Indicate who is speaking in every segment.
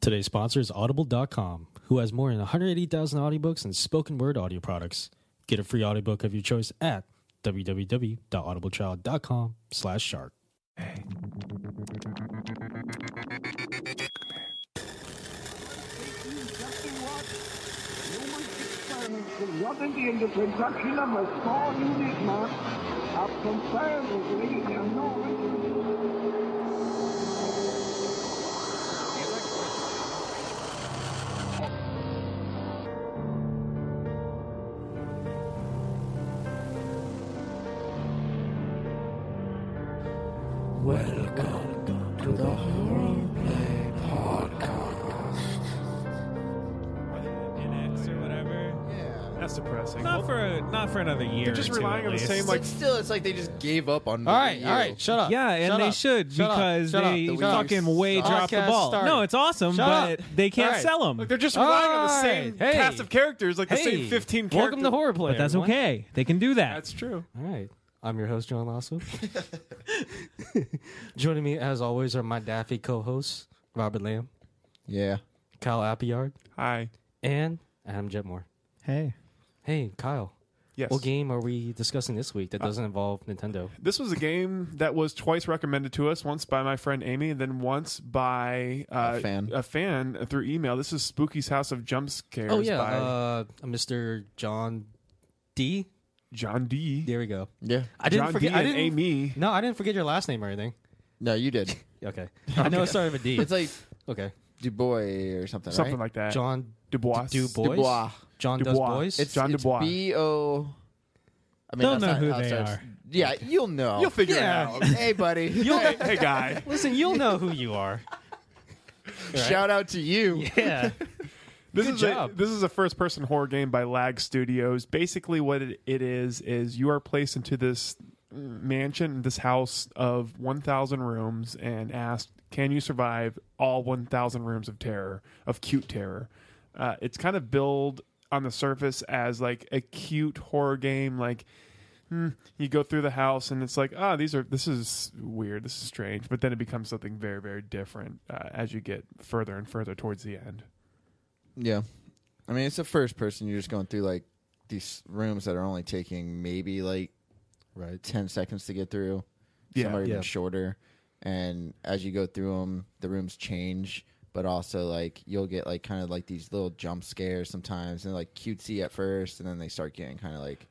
Speaker 1: Today's sponsor is Audible.com, who has more than 180,000 audiobooks and spoken word audio products. Get a free audiobook of your choice at www.audibletrial.com slash shark.
Speaker 2: Resulting in the production of a small unit mass of comparatively enormous
Speaker 3: minutes or whatever.
Speaker 4: That's depressing.
Speaker 3: Not for not for another year.
Speaker 4: They're just
Speaker 3: or two,
Speaker 4: relying
Speaker 3: at
Speaker 4: on the
Speaker 3: least.
Speaker 4: same
Speaker 5: Like
Speaker 4: like
Speaker 5: still, it's like they just gave up on.
Speaker 1: All right,
Speaker 5: you.
Speaker 1: all right, shut up.
Speaker 3: Yeah, and
Speaker 1: Shut
Speaker 3: they
Speaker 1: up.
Speaker 3: should
Speaker 1: Shut up.
Speaker 3: because
Speaker 1: Shut up.
Speaker 3: they
Speaker 5: The way
Speaker 3: fucking
Speaker 5: you
Speaker 3: way dropped the
Speaker 1: podcast
Speaker 3: ball.
Speaker 1: started.
Speaker 3: No, it's awesome,
Speaker 1: Shut
Speaker 3: but
Speaker 1: up.
Speaker 3: they can't
Speaker 1: All right.
Speaker 3: sell them.
Speaker 4: Look, they're just relying on the
Speaker 1: All
Speaker 4: same
Speaker 1: right, hey.
Speaker 4: cast of characters, like the
Speaker 1: Hey,
Speaker 4: same fifteen. Characters.
Speaker 1: welcome to Horror Player.
Speaker 3: but that's
Speaker 1: everyone.
Speaker 3: okay. They can do that.
Speaker 4: That's true.
Speaker 1: All right. I'm your host, John Lasso. Joining me, as always, are my Daffy co-hosts, Robert Lamb,
Speaker 5: Yeah.
Speaker 1: Kyle Appiard,
Speaker 4: Hi.
Speaker 1: and Adam Jetmore.
Speaker 6: Hey.
Speaker 1: Hey, Kyle.
Speaker 4: Yes.
Speaker 1: What game are we discussing this week that doesn't involve Nintendo?
Speaker 4: This was a game that was twice recommended to us, once by my friend Amy, and then once by uh,
Speaker 5: A fan.
Speaker 4: a fan through email. This is Spooky's House of Jump Scares
Speaker 1: Oh yeah,
Speaker 4: by
Speaker 1: uh, Mr. John D.
Speaker 4: John D.
Speaker 1: There we go.
Speaker 5: Yeah.
Speaker 1: I didn't
Speaker 4: John
Speaker 1: forget.
Speaker 4: D
Speaker 1: I
Speaker 4: and
Speaker 1: didn't.
Speaker 4: Amy.
Speaker 1: No, I didn't forget your last name or anything.
Speaker 5: No, you did.
Speaker 1: Okay, I know it started with a D.
Speaker 5: It's like
Speaker 1: okay,
Speaker 5: Dubois or something.
Speaker 4: Something
Speaker 5: right?
Speaker 4: like that.
Speaker 1: John
Speaker 4: Dubois.
Speaker 1: Dubois.
Speaker 5: Dubois.
Speaker 1: John
Speaker 4: Dubois.
Speaker 1: does boys.
Speaker 5: It's
Speaker 4: John
Speaker 5: it's
Speaker 4: Dubois.
Speaker 5: B O. I mean,
Speaker 3: They'll
Speaker 5: that's
Speaker 3: know
Speaker 5: not
Speaker 3: who
Speaker 5: how it
Speaker 3: they
Speaker 5: starts.
Speaker 3: are.
Speaker 5: Yeah, you'll know.
Speaker 4: You'll figure
Speaker 1: Yeah.
Speaker 4: it out.
Speaker 5: out. Hey, buddy.
Speaker 4: hey, hey, guy.
Speaker 1: Listen, you'll know who you are.
Speaker 5: Shout out to you.
Speaker 1: Yeah.
Speaker 4: This
Speaker 1: Good
Speaker 4: is
Speaker 1: job.
Speaker 4: A, this is a first-person horror game by Lag Studios. Basically, what it, it is is you are placed into this mansion, this house of 1,000 rooms, and asked, "Can you survive all 1,000 rooms of terror, of cute terror?" Uh, it's kind of billed on the surface as like a cute horror game, like hmm, you go through the house and it's like ah these are this is weird this is strange but then it becomes something very very different uh, as you get further and further towards the end
Speaker 5: Yeah. I mean, it's the first person. You're just going through like these rooms that are only taking maybe like
Speaker 1: right.
Speaker 5: 10 seconds to get through.
Speaker 4: Yeah.
Speaker 5: Some are even
Speaker 1: Yeah.
Speaker 5: shorter. And as you go through them, the rooms change. But also, like, you'll get like kind of like these little jump scares sometimes and like cutesy at first. And then they start getting kind of like,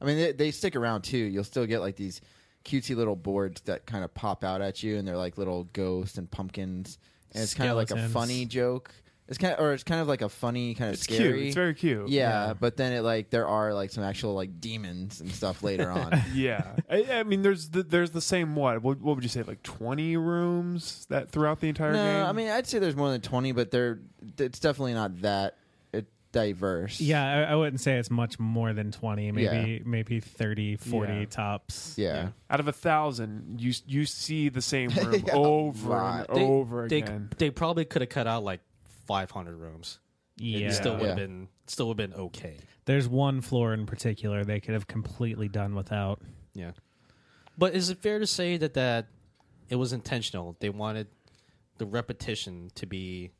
Speaker 5: I mean, they, they stick around too. You'll still get like these cutesy little boards that kind of pop out at you. And they're like little ghosts and pumpkins. And it's kind of like a
Speaker 3: Skeletons.
Speaker 5: funny joke. It's kind of, or it's kind of like a funny kind of
Speaker 4: it's
Speaker 5: scary.
Speaker 4: cute it's very cute
Speaker 5: yeah, but then it like there are like some actual like demons and stuff later on.
Speaker 4: yeah I, I mean there's the, there's the same what? what what would you say like 20 rooms that throughout the entire
Speaker 5: no,
Speaker 4: game
Speaker 5: I mean I'd say there's more than twenty, but they're it's definitely not that it, diverse.
Speaker 3: yeah, I, I wouldn't say it's much more than 20, maybe maybe 30, 40
Speaker 4: Yeah.
Speaker 3: tops.
Speaker 5: yeah,
Speaker 4: out of a thousand you you see the same room
Speaker 5: Yeah, a
Speaker 4: over and
Speaker 5: lot.
Speaker 1: They-
Speaker 4: over
Speaker 1: they,
Speaker 4: again
Speaker 1: They probably could have cut out like 500 rooms.
Speaker 3: Yeah.
Speaker 1: Still would have
Speaker 5: Yeah.
Speaker 1: been still would have been okay.
Speaker 3: There's one floor in particular they could have completely done without.
Speaker 1: Yeah. But is it fair to say that that it was intentional? They wanted the repetition to be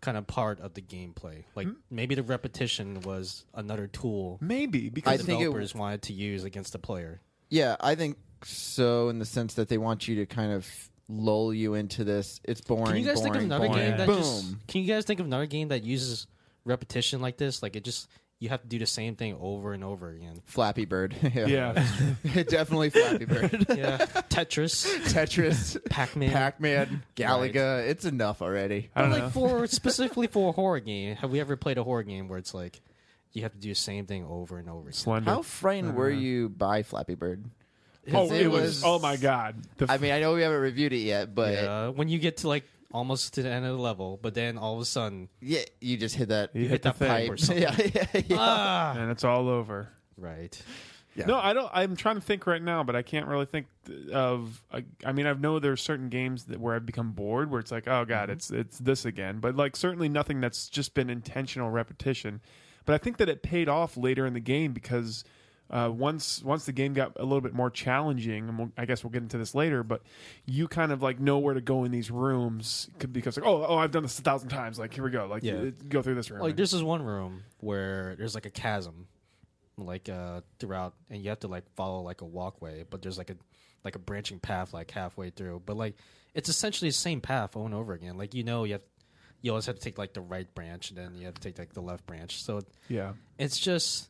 Speaker 1: kind of part of the gameplay. Like
Speaker 5: Hmm?
Speaker 1: maybe the repetition was another tool
Speaker 4: maybe
Speaker 5: I
Speaker 4: because
Speaker 5: think it
Speaker 1: developers wanted to use against the player.
Speaker 5: yeah. I think so in the sense that they want you to kind of lull you into this. It's boring.
Speaker 1: Can you guys
Speaker 5: boring,
Speaker 1: think of another
Speaker 5: boring.
Speaker 1: game that
Speaker 5: boom?
Speaker 1: just Can you guys think of another game that uses repetition like this? Like it just you have to do the same thing over and over again.
Speaker 5: Flappy Bird.
Speaker 4: yeah
Speaker 5: definitely Flappy Bird.
Speaker 1: Yeah. Tetris,
Speaker 5: Tetris,
Speaker 1: Pac-Man.
Speaker 5: Pac Man, Galaga. It's enough already.
Speaker 4: I don't
Speaker 1: like
Speaker 4: know.
Speaker 1: for specifically for a horror game, have we ever played a horror game where it's like you have to do the same thing over and over again?
Speaker 4: slender
Speaker 5: How frightened were you by Flappy Bird? 'Cause
Speaker 4: oh it, was, oh my god the
Speaker 5: I mean, I know we haven't reviewed it yet, but
Speaker 1: Yeah, Uh, when you get to like almost to the end of the level, but then all of a sudden,
Speaker 5: Yeah, you just hit that.
Speaker 4: You hit
Speaker 1: the thing. Or something.
Speaker 5: yeah, yeah, yeah.
Speaker 4: Uh, and it's all over
Speaker 1: right?
Speaker 5: Yeah.
Speaker 4: No, I don't. I'm trying to think right now, but I can't really think th- of. I, I mean, I know there are certain games that where I've become bored, where it's like, oh
Speaker 1: Mm-hmm.
Speaker 4: god, it's it's this again. But like, certainly nothing that's just been intentional repetition. But I think that it paid off later in the game because uh, once once the game got a little bit more challenging, and we'll, I guess we'll get into this later, but you kind of like know where to go in these rooms c- because like oh oh I've done this a thousand times like here we go like
Speaker 1: Yeah.
Speaker 4: uh, go through this room
Speaker 1: Like this is one room where there's like a chasm, like uh throughout, and you have to like follow like a walkway, but there's like a like a branching path like halfway through. But like it's essentially the same path over and over again. Like you know you have you always have to take like the right branch, and then you have to take like the left branch. So
Speaker 4: yeah
Speaker 1: it's just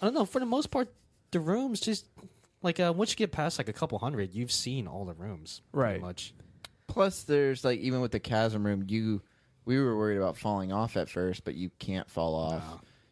Speaker 1: I don't know. For the most part, the rooms just like uh, once you get past like a couple hundred, you've seen all the rooms pretty
Speaker 4: Right.
Speaker 1: much.
Speaker 5: Plus, there's like even with the chasm room, you we were worried about falling off at first, but you can't fall off.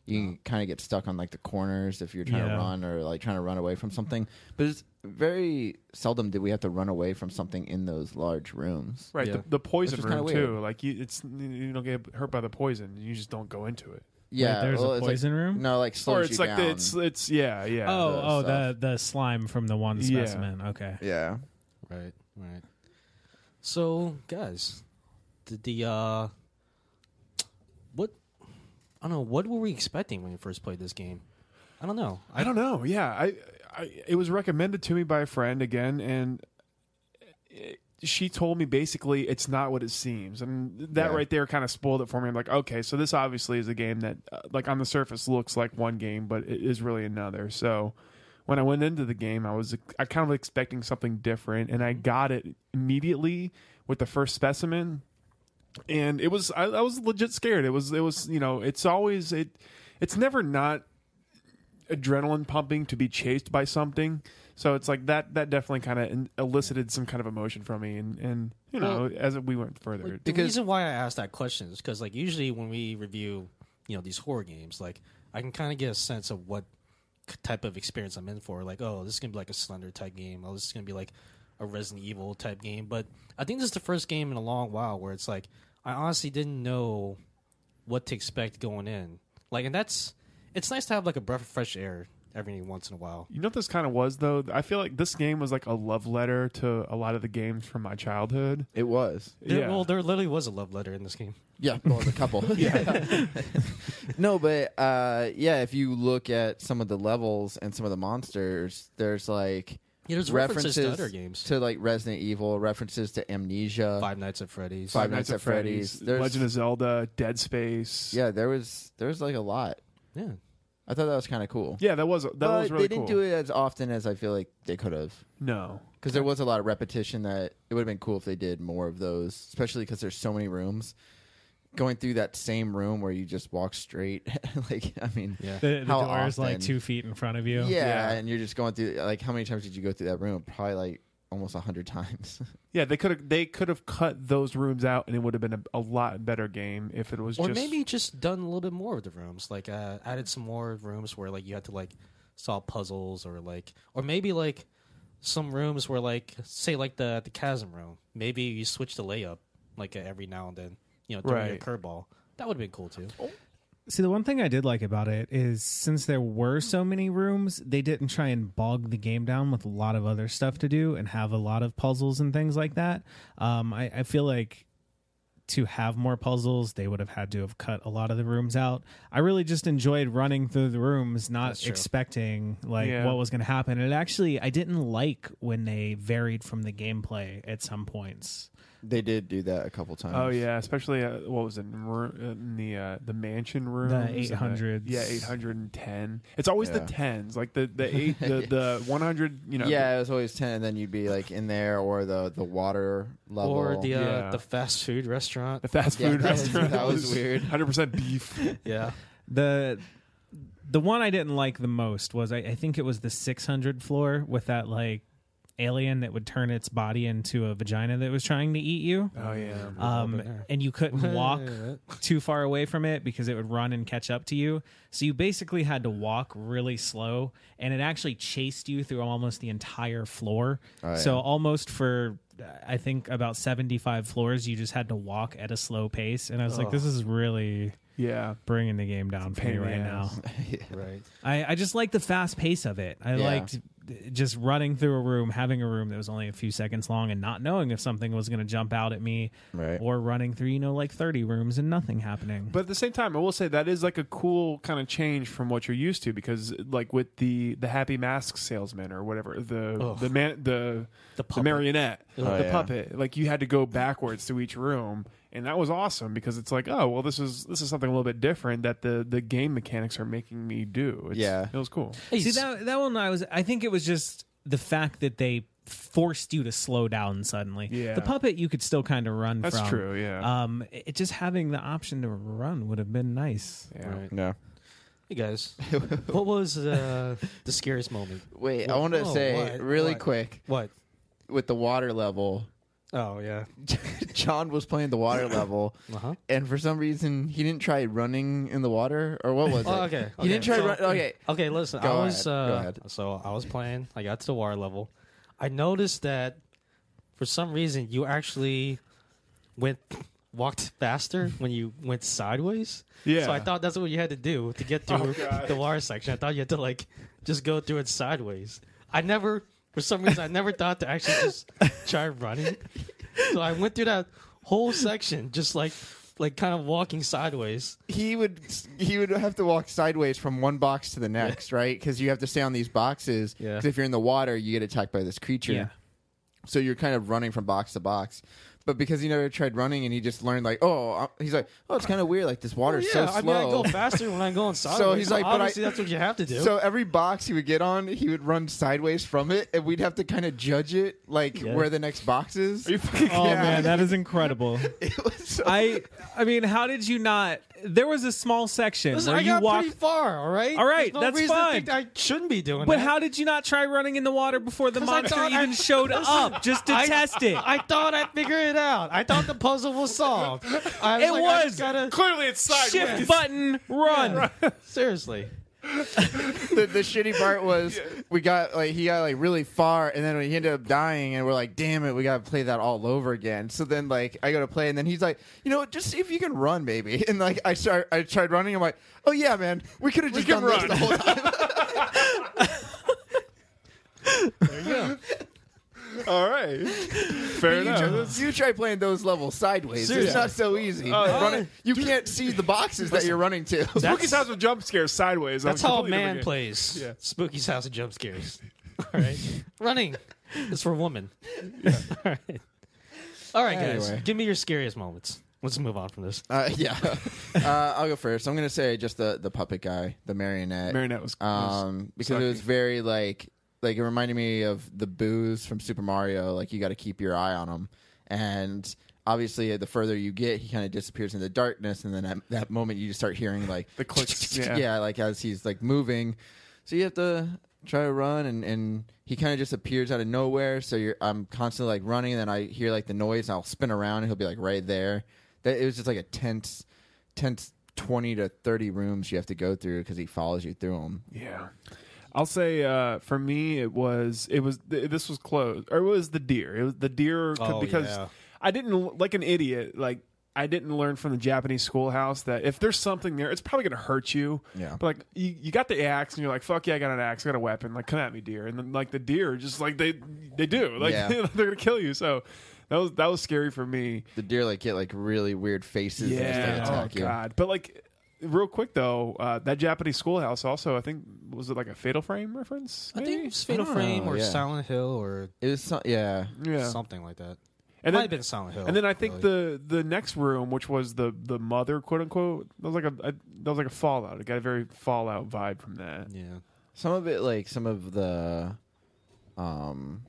Speaker 5: You can kind of get stuck on like the corners if you're trying to
Speaker 3: Yeah.
Speaker 5: run or like trying to run away from something. But it's very seldom did we have to run away from something in those large rooms.
Speaker 4: right
Speaker 1: Yeah.
Speaker 4: the, the poison
Speaker 5: Which is kinda
Speaker 4: room
Speaker 5: weird.
Speaker 4: too like you it's you don't get hurt by the poison you just don't go into it
Speaker 5: Yeah,
Speaker 3: there's a
Speaker 5: well, it's, like-
Speaker 3: poison room?
Speaker 5: No, like slows
Speaker 4: or it's
Speaker 5: you
Speaker 4: like
Speaker 5: down.
Speaker 4: the, it's it's yeah yeah
Speaker 3: oh, oh, the
Speaker 5: stuff.
Speaker 3: the slime from the one
Speaker 4: Yeah.
Speaker 3: specimen. Okay.
Speaker 5: yeah.
Speaker 1: Right, right. So, guys, did the uh, what I don't know what were we expecting when we first played this game? I don't know.
Speaker 4: I don't know. Yeah, I, I it was recommended to me by a friend again, and it, she told me basically it's not what it seems, and that
Speaker 5: Yeah.
Speaker 4: right there kind of spoiled it for me. I'm like, okay, so this obviously is a game that, uh, like on the surface, looks like one game, but it is really another. So. When I went into the game, I was I kind of expecting something different, and I got it immediately with the first specimen and it was I, I was legit scared. It was it was you know it's always it it's never not adrenaline pumping to be chased by something. So it's like that that definitely kind of elicited some kind of emotion from me, and and you know as we went further,
Speaker 1: Like, the reason why I asked that question is because, like, usually when we review, you know, these horror games, like, I can kind of get a sense of what k- type of experience I'm in for. Like, oh, this is gonna be like a Slender type game. Oh, this is gonna be like a Resident Evil type game. But I think this is the first game in a long while where it's like I honestly didn't know what to expect going in. Like, and that's it's nice to have like a breath of fresh air every once in a while.
Speaker 4: You know what this kind of was though. I feel like this game was like a love letter to a lot of the games from my childhood.
Speaker 5: It was.
Speaker 1: There,
Speaker 4: yeah,
Speaker 1: Well, there literally was a love letter in this game.
Speaker 5: Yeah, well, a couple. yeah. no, but uh, yeah, if you look at some of the levels and some of the monsters, there's like
Speaker 1: Yeah, there's references to other games.
Speaker 5: to like Resident Evil, references to Amnesia.
Speaker 1: Five Nights at Freddy's.
Speaker 5: Five Nights at Freddy's. There's-
Speaker 4: Legend of Zelda, Dead Space.
Speaker 5: Yeah, there was there was like a lot.
Speaker 1: Yeah.
Speaker 5: I thought that was kind of cool.
Speaker 4: yeah, that was that
Speaker 5: but
Speaker 4: was really
Speaker 5: they didn't
Speaker 4: cool.
Speaker 5: do it as often as I feel like they could have.
Speaker 4: No,
Speaker 5: Because there was a lot of repetition that it would have been cool if they did more of those, especially because there's so many rooms. Going through that same room where you just walk straight, like I mean,
Speaker 1: Yeah.
Speaker 3: The, the
Speaker 5: How
Speaker 3: door is like
Speaker 5: often?
Speaker 3: two feet in front of you.
Speaker 4: Yeah.
Speaker 5: yeah, and you're just going through. Like, how many times did you go through that room? Probably like almost a hundred times.
Speaker 4: Yeah, they could have they could have cut those rooms out, and it would have been a, a lot better game if it was
Speaker 1: or
Speaker 4: just
Speaker 1: maybe just done a little bit more with the rooms like uh, added some more rooms where like you had to like solve puzzles or like or maybe like some rooms where like say like the the chasm room maybe you switch the layup like uh, every now and then you know during
Speaker 4: Right.
Speaker 1: your curveball that would have been cool too
Speaker 3: See, the one thing I did like about it is since there were so many rooms, they didn't try and bog the game down with a lot of other stuff to do and have a lot of puzzles and things like that. Um, I, I feel like to have more puzzles, they would have had to have cut a lot of the rooms out. I really just enjoyed running through the rooms, not
Speaker 1: true.
Speaker 3: expecting like
Speaker 4: Yeah.
Speaker 3: what was going to happen. And actually, I didn't like when they varied from the gameplay at some points.
Speaker 5: they did do that a couple times.
Speaker 4: oh yeah, especially uh, what was it in, ru- in the uh, the mansion room,
Speaker 3: 800s.
Speaker 4: yeah, eight hundred and ten. It's always the
Speaker 5: Yeah.
Speaker 4: tens, like the the eight the the one hundred, you know,
Speaker 5: yeah. It was always ten, and then you'd be like in there or the the water level
Speaker 1: or the uh,
Speaker 4: Yeah.
Speaker 1: the fast food restaurant
Speaker 4: the fast
Speaker 5: Yeah,
Speaker 4: food
Speaker 5: that was-
Speaker 4: restaurant.
Speaker 5: that was weird.
Speaker 4: Hundred percent beef.
Speaker 1: yeah
Speaker 3: the the one I didn't like the most was I, I think it was the 600 floor with that like alien that would turn its body into a vagina that was trying to eat you.
Speaker 4: Oh yeah,
Speaker 3: Um, and you couldn't walk too far away from it because it would run and catch up to you. So you basically had to walk really slow, and it actually chased you through almost the entire floor.
Speaker 5: Oh,
Speaker 3: So
Speaker 5: yeah.
Speaker 3: almost for uh, I think about seventy-five floors, you just had to walk at a slow pace. And I was like, this is really
Speaker 4: yeah.
Speaker 3: bringing the game down for
Speaker 4: Pain
Speaker 3: me
Speaker 4: in the
Speaker 3: right now.
Speaker 4: ass.
Speaker 1: right
Speaker 3: I, I just like the fast pace of it. I
Speaker 5: Yeah.
Speaker 3: liked just running through a room, having a room that was only a few seconds long, and not knowing if something was going to jump out at me,
Speaker 5: Right.
Speaker 3: or running through you know like thirty rooms and nothing happening.
Speaker 4: But at the same time, I will say that is like a cool kind of change from what you're used to because, like with the the happy mask salesman or whatever, the
Speaker 1: Ugh.
Speaker 4: the man the
Speaker 1: The
Speaker 4: the,
Speaker 1: puppet.
Speaker 4: marionette, the
Speaker 5: Oh, yeah.
Speaker 4: puppet, like you had to go backwards to each room, and that was awesome because it's like, oh well, this is this is something a little bit different that the the game mechanics are making me do. It's,
Speaker 5: Yeah.
Speaker 4: it was cool.
Speaker 3: See that that one I was I think it was just the fact that they forced you to slow down suddenly.
Speaker 4: Yeah.
Speaker 3: The puppet you could still kind of run
Speaker 4: That's
Speaker 3: from.
Speaker 4: true, yeah.
Speaker 3: Um it it just having the option to run would have been nice.
Speaker 4: Yeah.
Speaker 1: Right.
Speaker 5: No.
Speaker 1: Hey guys, what was uh, the scariest moment?
Speaker 5: Wait, I
Speaker 1: Wha-
Speaker 5: want to
Speaker 1: oh,
Speaker 5: say
Speaker 1: what?
Speaker 5: really
Speaker 1: What?
Speaker 5: quick
Speaker 1: What?
Speaker 5: with the water level.
Speaker 1: Oh yeah.
Speaker 5: John was playing the water level,
Speaker 1: Uh-huh.
Speaker 5: and for some reason he didn't try running in the water, or what was it?
Speaker 1: Oh, okay.
Speaker 5: He
Speaker 1: okay.
Speaker 5: didn't try.
Speaker 1: So-
Speaker 5: run- okay,
Speaker 1: Okay, listen.
Speaker 5: Go
Speaker 1: I was
Speaker 5: ahead, go
Speaker 1: uh,
Speaker 5: ahead.
Speaker 1: so I was playing. I got to the water level. I noticed that for some reason you actually went walked faster when you went sideways.
Speaker 4: Yeah. Oh,
Speaker 1: So I thought that's what you had to do to get through
Speaker 4: God.
Speaker 1: the water section. I thought you had to like just go through it sideways. I never for some reason I never thought to actually just try running. So I went through that whole section just like like kind of walking sideways.
Speaker 5: he would he would have to walk sideways from one box to the next, right? Because you have to stay on these boxes.
Speaker 1: Yeah.
Speaker 5: 'Cause if you're in the water, you get attacked by this creature.
Speaker 3: Yeah.
Speaker 5: So you're kind of running from box to box. But because he never tried running, and he just learned like, oh, I- he's like, oh, it's kind of weird. Like this water's
Speaker 1: Oh, yeah,
Speaker 5: so
Speaker 1: I
Speaker 5: slow.
Speaker 1: mean, I go faster when I'm going sideways. so he's like,
Speaker 5: but I-
Speaker 1: obviously, that's what you have to do.
Speaker 5: So every box he would get on, he would run sideways from it, and we'd have to kind of judge it, like
Speaker 1: Yeah.
Speaker 5: where the next box is.
Speaker 4: Are you fucking
Speaker 3: Oh
Speaker 5: Yeah.
Speaker 3: man, that is incredible.
Speaker 5: It was so-
Speaker 3: I I mean, how did you not there was a small section
Speaker 1: Listen,
Speaker 3: where
Speaker 1: I
Speaker 3: you
Speaker 1: got
Speaker 3: walked
Speaker 1: pretty far. All right,
Speaker 3: All right,
Speaker 1: There's no
Speaker 3: that's
Speaker 1: reason to
Speaker 3: fine.
Speaker 1: think I shouldn't be doing.
Speaker 3: But
Speaker 1: that.
Speaker 3: how did you not try running in the water before the
Speaker 1: 'Cause I
Speaker 3: monster
Speaker 1: thought I-
Speaker 3: even showed
Speaker 1: Listen,
Speaker 3: up just to
Speaker 1: I-
Speaker 3: test it?
Speaker 1: I thought I'd figure it out. I thought the puzzle was solved. I was
Speaker 3: It
Speaker 1: like, I just
Speaker 3: was.
Speaker 1: gotta,
Speaker 4: Clearly, it's sideways.
Speaker 3: Shift button, run.
Speaker 1: seriously.
Speaker 5: the, the shitty part was we got like he got like really far, and then he ended up dying, and we're like, damn it, we gotta play that all over again. So then like I go to play, and then he's like, you know, what, just see if you can run, maybe. And like I start, I tried running. I'm like, oh yeah, man, we could have just
Speaker 4: can
Speaker 5: done this
Speaker 4: run.
Speaker 5: the whole time.
Speaker 4: All right, fair
Speaker 5: you, try,
Speaker 4: enough. Oh,
Speaker 5: you try playing those levels sideways.
Speaker 1: Seriously.
Speaker 5: It's not so easy. Running- you can't see the boxes that you're running to.
Speaker 4: Spooky's house with jump scares sideways.
Speaker 1: That's
Speaker 4: I'm
Speaker 1: how a
Speaker 4: completely
Speaker 1: man
Speaker 4: forgetting.
Speaker 1: plays.
Speaker 4: Yeah.
Speaker 1: Spooky's house of jump scares. All right, running is for women. All right, all right, guys.
Speaker 5: Anyway.
Speaker 1: Give me your scariest moments. Let's move on from this.
Speaker 5: Uh, yeah, uh, I'll go first. I'm gonna say just the the puppet guy, the marionette.
Speaker 4: Marionette was- was
Speaker 5: um, because it was very like like it reminded me of the booze from Super Mario. Like you got to keep your eye on him, and obviously the further you get, he kind of disappears in the darkness, and then at that moment you just start hearing like
Speaker 4: The clicks,
Speaker 5: yeah.
Speaker 4: yeah.
Speaker 5: like as he's like moving. So you have to try to run, and and he kind of just appears out of nowhere. So you're I'm constantly like running, and then I hear like the noise, and I'll spin around, and he'll be like right there. That it was just like a tense, tense. 20 to 30 rooms you have to go through because he follows you through them.
Speaker 4: Yeah. I'll say uh, for me it was it was th- this was close or it was the deer it was the deer c-
Speaker 1: Oh,
Speaker 4: because
Speaker 1: yeah.
Speaker 4: I didn't like an idiot like I didn't learn from the Japanese schoolhouse that if there's something there it's probably gonna hurt you
Speaker 5: Yeah.
Speaker 4: but like you, you got the axe and you're like fuck yeah I got an axe I got a weapon like come at me deer and then like the deer just like they they do like
Speaker 5: Yeah.
Speaker 4: they're gonna kill you so that was that was scary for me
Speaker 5: the deer like get like really weird faces and just,
Speaker 4: yeah.
Speaker 5: like, attack
Speaker 4: oh
Speaker 5: you.
Speaker 4: god. But like real quick though, uh, that Japanese schoolhouse also I think was it like a Fatal Frame reference?
Speaker 1: I
Speaker 4: maybe?
Speaker 1: think it's Fatal
Speaker 5: Oh,
Speaker 1: Frame or
Speaker 5: yeah.
Speaker 1: Silent Hill or
Speaker 5: It was so- yeah.
Speaker 4: yeah.
Speaker 1: something like that. Might
Speaker 4: And then,
Speaker 1: have been Silent Hill.
Speaker 4: and then I think
Speaker 1: really.
Speaker 4: the the next room, which was the the mother quote unquote, that was like a, a that was like a Fallout. It got a very Fallout vibe from that.
Speaker 1: yeah.
Speaker 5: Some of it like some of the um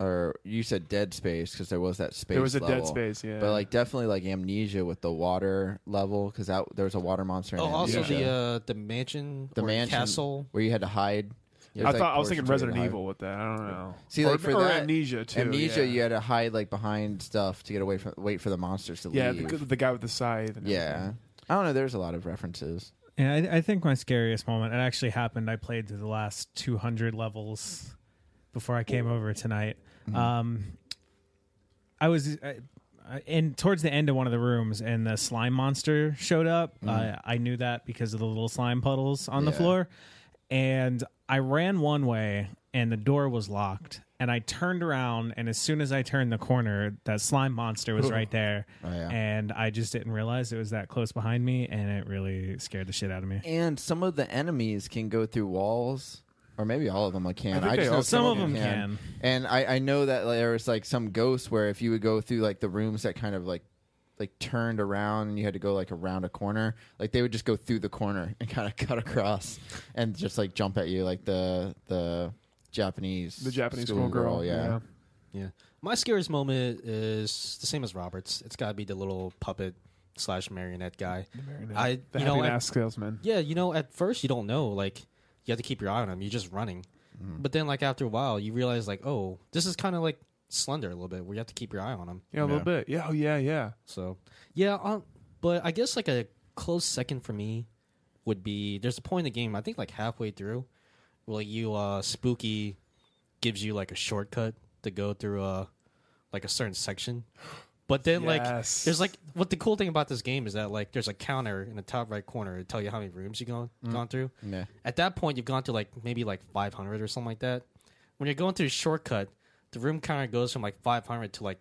Speaker 5: or you said dead space because there was that space.
Speaker 4: There was a Dead
Speaker 5: level.
Speaker 4: Space, yeah.
Speaker 5: But like definitely like amnesia with the water level because that there was a water monster. In
Speaker 1: Oh, also
Speaker 5: amnesia.
Speaker 1: the uh, the mansion,
Speaker 5: the
Speaker 1: or
Speaker 5: mansion
Speaker 1: castle.
Speaker 5: where you had to hide. There's,
Speaker 4: I
Speaker 5: like,
Speaker 4: thought I was thinking
Speaker 5: portions where you
Speaker 4: Resident
Speaker 5: hide.
Speaker 4: Evil with that. I don't know.
Speaker 5: See,
Speaker 4: or,
Speaker 5: like for
Speaker 4: or
Speaker 5: that
Speaker 4: amnesia too.
Speaker 5: Amnesia,
Speaker 4: yeah.
Speaker 5: you had to hide like behind stuff to get away from wait for the monsters to
Speaker 4: yeah,
Speaker 5: leave.
Speaker 4: the, the guy with the scythe. And
Speaker 5: yeah, I don't know. There's a lot of references.
Speaker 3: Yeah, I, I think my scariest moment, it actually happened. I played through the last 200 levels before I came over tonight.
Speaker 5: Mm-hmm.
Speaker 3: Um, I was I, I- and towards the end of one of the rooms, and the slime monster showed up.
Speaker 5: Mm-hmm.
Speaker 3: Uh, I knew that because of the little slime puddles on the
Speaker 5: Yeah.
Speaker 3: floor, and I ran one way, and the door was locked. And I turned around, and as soon as I turned the corner, that slime monster was right there.
Speaker 5: Oh, yeah.
Speaker 3: And I just didn't realize it was that close behind me, and it really scared the shit out of me.
Speaker 5: And some of the enemies can go through walls, or maybe all of them like, can.
Speaker 4: think
Speaker 5: I,
Speaker 4: they
Speaker 5: just
Speaker 4: all
Speaker 5: know
Speaker 4: Some
Speaker 3: of them can.
Speaker 5: And I, I know that like, there was like some ghosts where if you would go through like the rooms that kind of like like turned around and you had to go like around a corner, like they would just go through the corner and kind of cut across and just like jump at you, like the the Japanese
Speaker 4: The Japanese
Speaker 5: schoolgirl,
Speaker 4: schoolgirl.
Speaker 5: yeah.
Speaker 1: Yeah. My scariest moment is the same as Robert's. It's got to be the little puppet slash marionette guy.
Speaker 4: Marionette.
Speaker 1: I,
Speaker 4: the
Speaker 1: you
Speaker 4: happy
Speaker 1: know, at-
Speaker 4: mask salesman.
Speaker 1: yeah, you know, at first you don't know. Like, you have to keep your eye on him. You're just running. But then, like, after a while, you realize, like, oh, this is kind of like slender a little bit where you have to keep your eye on him.
Speaker 4: Yeah, a little bit. Yeah, oh, yeah, yeah.
Speaker 1: So yeah, um, but I guess like a close second for me would be there's a point in the game I think like halfway through where like, you uh, spooky gives you like a shortcut to go through a like a certain section. But then
Speaker 4: Yes.
Speaker 1: like there's like what the cool thing about this game is that like there's a counter in the top right corner to tell you how many rooms you gone gone through.
Speaker 5: Yeah.
Speaker 1: At that point you've gone to like maybe like 500 or something like that. When you're going through a shortcut, the room counter goes from like 500 to like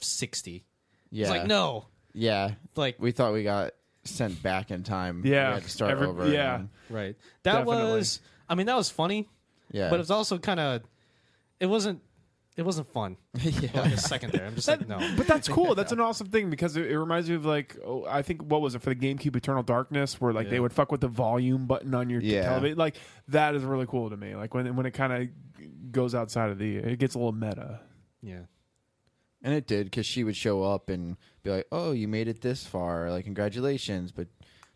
Speaker 1: 60.
Speaker 5: Yeah.
Speaker 1: It's like no,
Speaker 5: Yeah.
Speaker 1: like
Speaker 5: We thought we got sent back in time.
Speaker 4: Yeah.
Speaker 5: We had to start
Speaker 4: Every-
Speaker 5: over.
Speaker 4: yeah.
Speaker 5: and-
Speaker 1: right. That
Speaker 4: Definitely.
Speaker 1: was. I mean, that was funny,
Speaker 5: yeah.
Speaker 1: but it was also kind of. It wasn't. It wasn't fun. For like a second there, I'm just like no.
Speaker 4: But that's cool. That's an awesome thing because it, it reminds me of like oh, I think what was it for the GameCube Eternal Darkness, where like they
Speaker 1: Yeah.
Speaker 4: would fuck with the volume button on your
Speaker 5: Yeah.
Speaker 4: television. Like that is really cool to me. Like when when it kind of goes outside of the, it gets a little meta.
Speaker 1: Yeah,
Speaker 5: And it did because she would show up and be like, "Oh, you made it this far! Like, congratulations!" But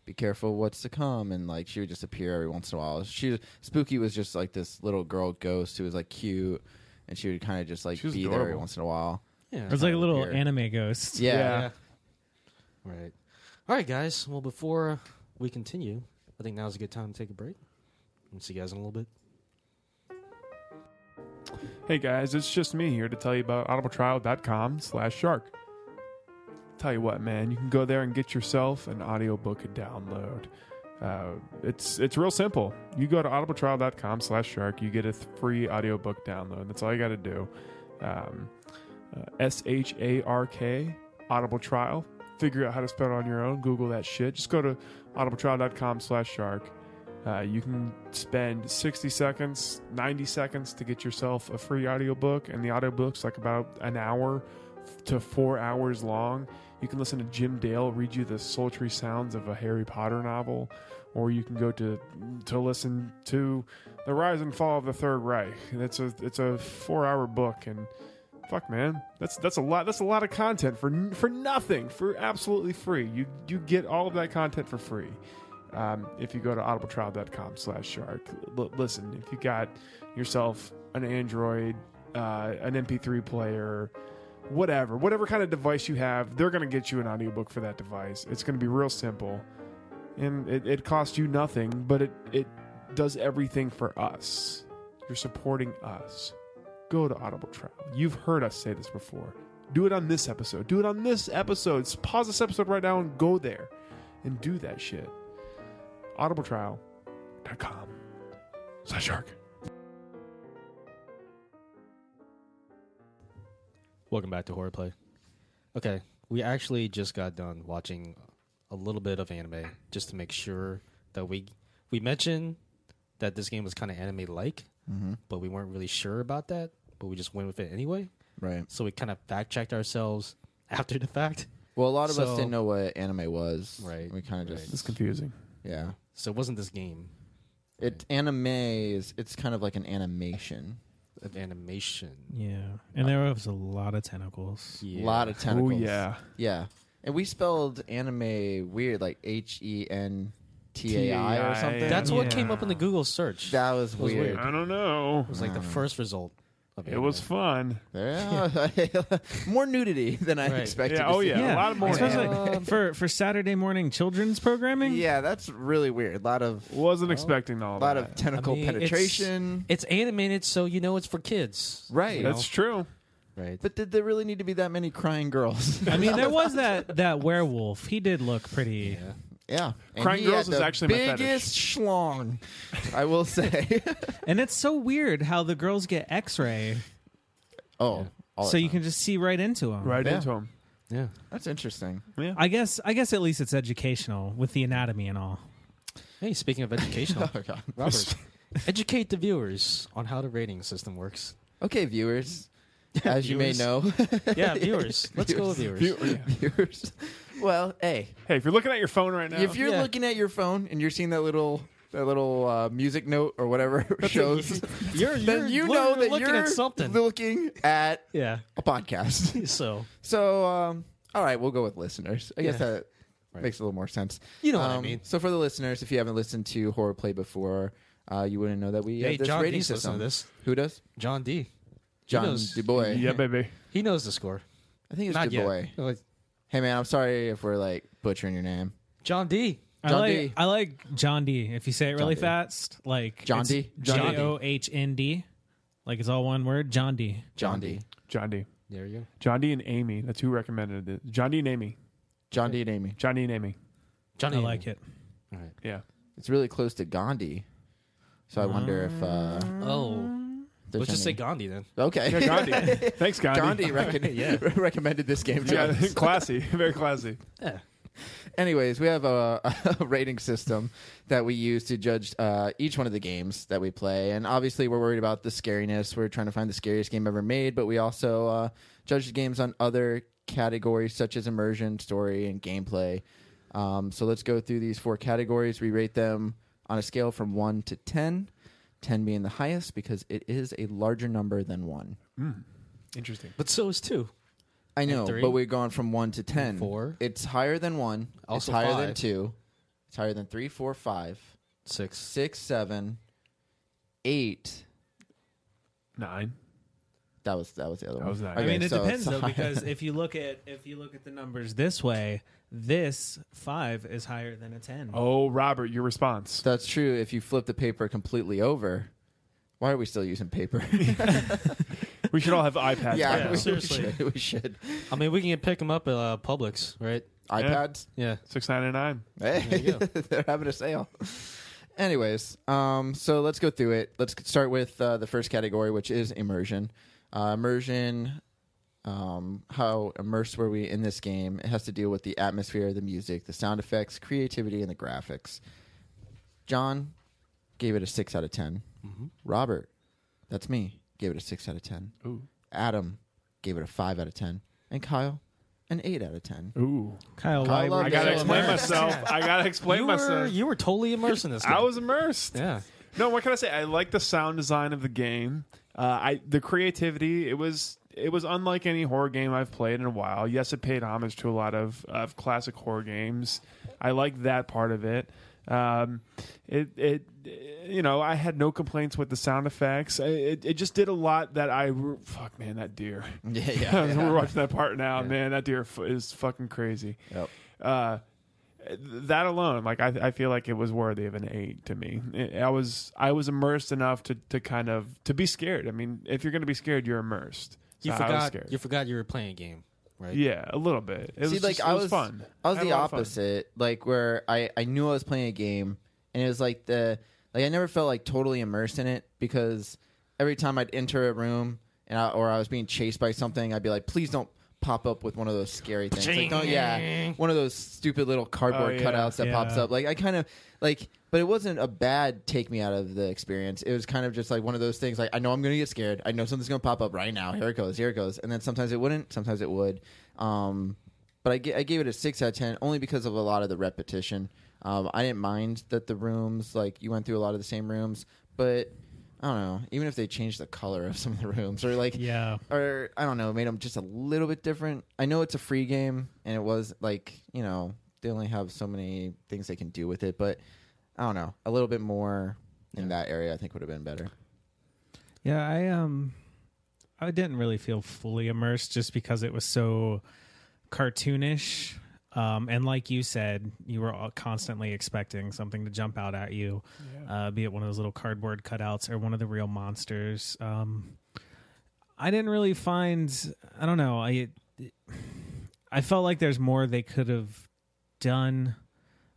Speaker 5: be careful what's to come. And like, she would just appear every once in a while. She spooky was just like this little girl ghost who was like cute, and she would kind of just like
Speaker 4: She was
Speaker 5: be there every
Speaker 4: adorable.
Speaker 5: once in a while.
Speaker 1: yeah.
Speaker 3: It was like a little
Speaker 5: Weird.
Speaker 3: anime ghost.
Speaker 5: Yeah,
Speaker 4: Yeah.
Speaker 1: Right. All right, guys. Well, before we continue, I think now's a good time to take a break. We'll see you guys in a little bit.
Speaker 4: Hey guys, it's just me here to tell you about audibletrial.com slash shark. Tell you what, man, you can go there and get yourself an audiobook download. Uh, it's it's real simple. You go to audibletrial.com slash shark, you get a th- free audiobook download. That's all you got to do. Um, uh, S-H-A-R-K, Audible Trial. Figure out how to spell it on your own. Google that shit. Just go to audibletrial.com slash shark. Uh, you can spend 60 seconds, 90 seconds to get yourself a free audiobook, and the audiobook's like about an hour to four hours long. You can listen to Jim Dale read you the sultry sounds of a Harry Potter novel, or you can go to to listen to the rise and fall of the Third Reich. That's a it's a four hour book, and fuck, man, that's that's a lot. That's a lot of content for n- for nothing, for absolutely free. You you get all of that content for free um, if you go to audibletrial.com slash shark l- listen if you got yourself an android uh, an mp3 player whatever whatever kind of device you have they're going to get you an audiobook for that device it's going to be real simple and it, it costs you nothing but it, it does everything for us you're supporting us go to audible trial you've heard us say this before do it on this episode do it on this episode pause this episode right now and go there and do that shit audibletrial.com slash shark.
Speaker 1: Welcome back to Horror Play. Okay, we actually just got done watching a little bit of anime just to make sure that we we mentioned that this game was kind of anime like, but we weren't really sure about that, but we just went with it anyway.
Speaker 5: right.
Speaker 1: So we kind of fact checked ourselves after the fact.
Speaker 5: Well, a lot of us
Speaker 1: So-
Speaker 5: didn't know what anime was.
Speaker 1: Right,
Speaker 5: We kind of
Speaker 1: right.
Speaker 5: just
Speaker 4: It's confusing.
Speaker 5: yeah.
Speaker 1: So it wasn't this game
Speaker 5: It anime is it's kind of like an animation.
Speaker 1: of animation.
Speaker 3: Yeah. And there was a lot of tentacles.
Speaker 5: A lot of tentacles.
Speaker 4: Oh yeah,
Speaker 5: Yeah. And we spelled anime weird, like H E N T A I or something.
Speaker 1: That's what
Speaker 4: Yeah.
Speaker 1: came up in the Google search. It
Speaker 5: that was
Speaker 1: was
Speaker 5: weird.
Speaker 1: weird.
Speaker 4: I don't know.
Speaker 1: was like the first result. Of
Speaker 4: It was
Speaker 1: anime.
Speaker 4: fun.
Speaker 5: Yeah. More nudity than I
Speaker 1: Right.
Speaker 5: expected.
Speaker 4: Yeah.
Speaker 5: to
Speaker 4: Oh
Speaker 5: see.
Speaker 4: yeah. A lot more.
Speaker 3: Especially
Speaker 4: Yeah.
Speaker 3: for, for Saturday morning children's programming.
Speaker 5: Yeah, that's really weird. A lot of
Speaker 4: Wasn't expecting all
Speaker 5: a lot
Speaker 4: that.
Speaker 5: of tentacle
Speaker 1: I mean, it's-
Speaker 5: penetration.
Speaker 1: It's animated, so you know it's for kids.
Speaker 5: right.
Speaker 4: That's true.
Speaker 1: Right.
Speaker 5: but did there really need to be that many crying girls?
Speaker 3: I mean, there was that, that werewolf. He did look pretty
Speaker 5: Yeah, and
Speaker 4: Crying
Speaker 5: he
Speaker 4: Girls
Speaker 5: had
Speaker 4: is
Speaker 5: the
Speaker 4: actually my fetish.
Speaker 5: biggest schlong. I will say.
Speaker 3: And it's so weird how the girls get X-ray,
Speaker 5: oh, all
Speaker 3: so
Speaker 5: the
Speaker 3: you
Speaker 5: time.
Speaker 3: can just see right into them.
Speaker 4: right
Speaker 5: Yeah.
Speaker 4: into him.
Speaker 1: Yeah.
Speaker 5: That's interesting.
Speaker 3: I guess. I guess at least it's educational with the anatomy and all.
Speaker 1: Hey, speaking of educational,
Speaker 5: Oh god.
Speaker 1: Robert, educate the viewers on how the rating system works.
Speaker 5: Okay, viewers. As you may
Speaker 1: Viewers.
Speaker 5: know,
Speaker 1: Yeah, viewers. Let's go with viewers.
Speaker 5: viewers. Well, hey,
Speaker 4: Hey, if you're looking at your phone right now,
Speaker 5: if you're
Speaker 1: Yeah.
Speaker 5: looking at your phone and you're seeing that little that little uh, music note or whatever shows,
Speaker 1: You're,
Speaker 5: then you know that
Speaker 1: looking
Speaker 5: you're
Speaker 1: at something.
Speaker 5: looking at
Speaker 1: yeah.
Speaker 5: a podcast.
Speaker 1: So
Speaker 5: So, um, all right, we'll go with listeners. I guess
Speaker 1: Yeah.
Speaker 5: that
Speaker 1: Right.
Speaker 5: makes a little more sense.
Speaker 1: You know what I
Speaker 5: Um,
Speaker 1: mean.
Speaker 5: So, for the listeners, if you haven't listened to Horror Play before, uh, you wouldn't know that we
Speaker 1: Hey,
Speaker 5: have this
Speaker 1: John
Speaker 5: rating
Speaker 1: Dee's listening
Speaker 5: system.
Speaker 1: to this.
Speaker 5: Who does?
Speaker 1: John D.
Speaker 5: John
Speaker 1: knows.
Speaker 5: DuBois.
Speaker 4: yeah, baby.
Speaker 1: He knows the score.
Speaker 5: I think it's
Speaker 1: Not
Speaker 5: DuBois.
Speaker 1: yet. Like,
Speaker 5: Hey, man, I'm sorry if we're like butchering your name.
Speaker 1: John D.
Speaker 3: I
Speaker 5: John
Speaker 3: like.
Speaker 5: D.
Speaker 3: I like John D. If you say it really
Speaker 5: D.
Speaker 3: fast, like
Speaker 5: John
Speaker 3: it's
Speaker 5: D? John D.
Speaker 3: J O H N D, like it's all one word. John D.
Speaker 5: John D.
Speaker 4: John D.
Speaker 1: There you go.
Speaker 4: John D and Amy. That's who recommended it. John D and Amy.
Speaker 5: John D and Amy.
Speaker 4: John D and Amy.
Speaker 1: Johnny.
Speaker 3: I like it.
Speaker 1: All right.
Speaker 4: Yeah.
Speaker 5: It's really close to Gandhi. So I wonder if uh
Speaker 1: Oh,
Speaker 5: there's
Speaker 1: let's just say
Speaker 5: any-
Speaker 1: Gandhi then.
Speaker 5: Okay.
Speaker 4: Yeah, Gandhi. Thanks, Gandhi.
Speaker 5: Gandhi recon- recommended this game to
Speaker 4: Yeah,
Speaker 5: us.
Speaker 4: classy. Very classy.
Speaker 1: Yeah.
Speaker 5: Anyways, we have a, a rating system that we use to judge uh, each one of the games that we play, and obviously we're worried about the scariness. We're trying to find the scariest game ever made, but we also uh, judge the games on other categories such as immersion, story, and gameplay. Um, so let's go through these four categories. We rate them on a scale from one to ten. Ten being the highest because it is a larger number than one.
Speaker 4: Interesting.
Speaker 1: But so is two.
Speaker 5: I know,
Speaker 1: three?
Speaker 5: but we're going from one to ten.
Speaker 1: four?
Speaker 5: It's higher than one.
Speaker 1: Also
Speaker 5: it's higher than
Speaker 1: five.
Speaker 5: two. It's higher than three, four, five,
Speaker 1: Six.
Speaker 5: six, seven, eight.
Speaker 4: Nine.
Speaker 5: That was that was the other
Speaker 4: That
Speaker 5: one.
Speaker 4: was nine.
Speaker 3: I
Speaker 5: Okay,
Speaker 3: mean, it
Speaker 5: so
Speaker 3: depends
Speaker 5: it's
Speaker 3: though,
Speaker 5: high-
Speaker 3: because if you look at if you look at the numbers this way, this five is higher than a ten.
Speaker 4: Oh, Robert, your response.
Speaker 5: that's true. If you flip the paper completely over, why are we still using paper?
Speaker 4: We should all have iPads.
Speaker 5: yeah,
Speaker 4: right now.
Speaker 5: we,
Speaker 1: seriously.
Speaker 5: should, we should.
Speaker 1: I mean, we can get pick him up at uh, Publix, right?
Speaker 5: iPads.
Speaker 1: Yeah.
Speaker 4: Six nine and nine.
Speaker 1: There
Speaker 5: Hey,
Speaker 1: you go.
Speaker 5: they're having a sale. Anyways, um, so let's go through it. Let's start with uh, the first category, which is immersion. Uh, immersion, um, how immersed were we in this game? It has to deal with the atmosphere, the music, the sound effects, creativity, and the graphics. John gave it a 6 out of 10.
Speaker 4: Mm-hmm.
Speaker 5: Robert, that's me, gave it a 6 out of 10.
Speaker 4: Ooh.
Speaker 5: Adam gave it a 5 out of 10. And Kyle, an 8 out of 10.
Speaker 4: Ooh.
Speaker 3: Kyle, why were
Speaker 5: Kyle Love
Speaker 4: I
Speaker 3: you
Speaker 4: gotta
Speaker 5: Yeah,
Speaker 3: so
Speaker 4: explain
Speaker 3: immersed?
Speaker 4: myself. I gotta explain
Speaker 1: You were,
Speaker 4: myself.
Speaker 1: you were totally immersed in this.
Speaker 4: I
Speaker 1: game.
Speaker 4: was immersed.
Speaker 1: Yeah.
Speaker 4: No, what can I say? I like the sound design of the game. Uh, I the creativity. It was it was unlike any horror game I've played in a while. Yes, it paid homage to a lot of of classic horror games. I like that part of it. Um, it it you know I had no complaints with the sound effects. I- It it just did a lot that I re- fuck man that deer.
Speaker 5: Yeah, yeah.
Speaker 4: We're watching that part now, man. That deer f- is fucking crazy.
Speaker 5: Yep.
Speaker 4: Uh, that alone, like I, I feel like it was worthy of an eight to me. I- I was I was immersed enough to to kind of to be scared. I mean, if you're gonna be scared, you're immersed.
Speaker 1: You
Speaker 4: So I was
Speaker 1: forgot.
Speaker 4: scared.
Speaker 1: You forgot you were playing a game, right?
Speaker 4: yeah, a little bit. It
Speaker 5: See,
Speaker 4: was
Speaker 5: like
Speaker 4: just- it
Speaker 5: I
Speaker 4: was
Speaker 5: was,
Speaker 4: fun.
Speaker 5: I was
Speaker 4: had
Speaker 5: the
Speaker 4: a lot of fun.
Speaker 5: opposite. Like where I I knew I was playing a game, and it was like the like I never felt like totally immersed in it because every time I'd enter a room and I, or I was being chased by something, I'd be like, please don't pop up with one of those scary things. Like, don't, yeah, one of those stupid little cardboard
Speaker 4: Oh, yeah.
Speaker 5: cutouts that
Speaker 3: Yeah.
Speaker 5: pops up. Like I kind of like, but it wasn't a bad take me out of the experience. It was kind of just like one of those things. Like I know I'm going to get scared. I know something's going to pop up right now. Here it goes. Here it goes. And then sometimes it wouldn't. Sometimes it would. Um, but I, ga- I gave it a six out of ten only because of a lot of the repetition. Um, I didn't mind that the rooms like you went through a lot of the same rooms, but I don't know. Even if they changed the color of some of the rooms or like
Speaker 3: Yeah.
Speaker 5: or I don't know, made them just a little bit different. I know it's a free game, and it was like you know they only have so many things they can do with it, but I don't know, a little bit more in that area I think would have been better.
Speaker 3: Yeah, I um I didn't really feel fully immersed just because it was so cartoonish. Um, and like you said, you were all constantly expecting something to jump out at you, uh, be it one of those little cardboard cutouts or one of the real monsters. Um, I didn't really find. I don't know. I I felt like there's more they could have done.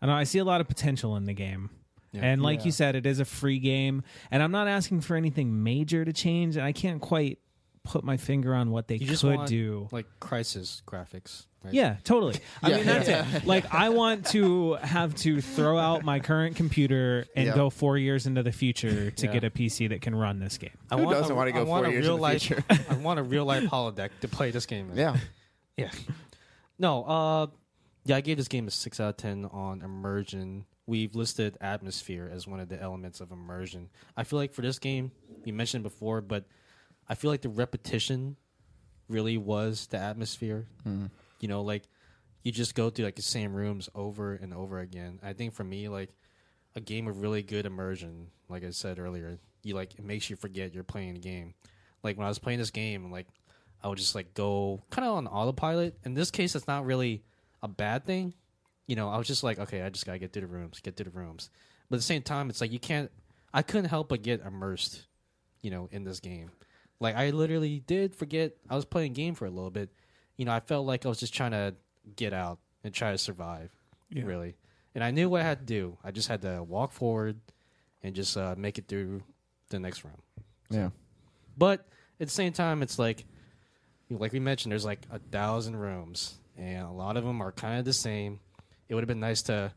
Speaker 3: I don't know. I see a lot of potential in the game.
Speaker 1: Yeah.
Speaker 3: And like
Speaker 4: Yeah.
Speaker 3: you said, it is a free game, and I'm not asking for anything major to change, and I can't quite put my finger on what they
Speaker 1: You
Speaker 3: could
Speaker 1: just want
Speaker 3: do.
Speaker 1: like crisis graphics. Right?
Speaker 3: Yeah, totally. I
Speaker 5: Yeah.
Speaker 3: mean, that's it. Like, I want to have to throw out my current computer and
Speaker 5: Yeah.
Speaker 3: go four years into the future to
Speaker 1: Yeah.
Speaker 3: get a PC that can run this game.
Speaker 1: I
Speaker 5: Who
Speaker 1: want
Speaker 5: doesn't
Speaker 1: a-
Speaker 5: wanna go
Speaker 1: I want
Speaker 5: four
Speaker 1: a
Speaker 5: years in
Speaker 1: real
Speaker 5: the
Speaker 1: life,
Speaker 5: future?
Speaker 1: I want a real life holodeck to play this game. in.
Speaker 5: Yeah.
Speaker 1: Yeah. No, uh yeah, I gave this game a 6 out of 10 on immersion. We've listed atmosphere as one of the elements of immersion. I feel like for this game, you mentioned it before, but I feel like the repetition really was the atmosphere. You know, like you just go through like the same rooms over and over again. I think for me like a game of really good immersion, like I said earlier, you like it makes you forget you're playing a game. Like when I was playing this game, like I would just like go kind of on autopilot. In this case, it's not really a bad thing. You know, I was just like, okay, I just gotta get through the rooms, get through the rooms. But at the same time, it's like you can't. I couldn't help but get immersed, you know, in this game. Like I literally did forget I was playing a game for a little bit. You know, I felt like I was just trying to get out and try to survive,
Speaker 4: Yeah.
Speaker 1: really. And I knew what I had to do. I just had to walk forward and just uh, make it through the next round.
Speaker 5: Yeah.
Speaker 1: But at the same time, it's like, like we mentioned, there's like a thousand rooms, and a lot of them are kind of the same. It would have been nice to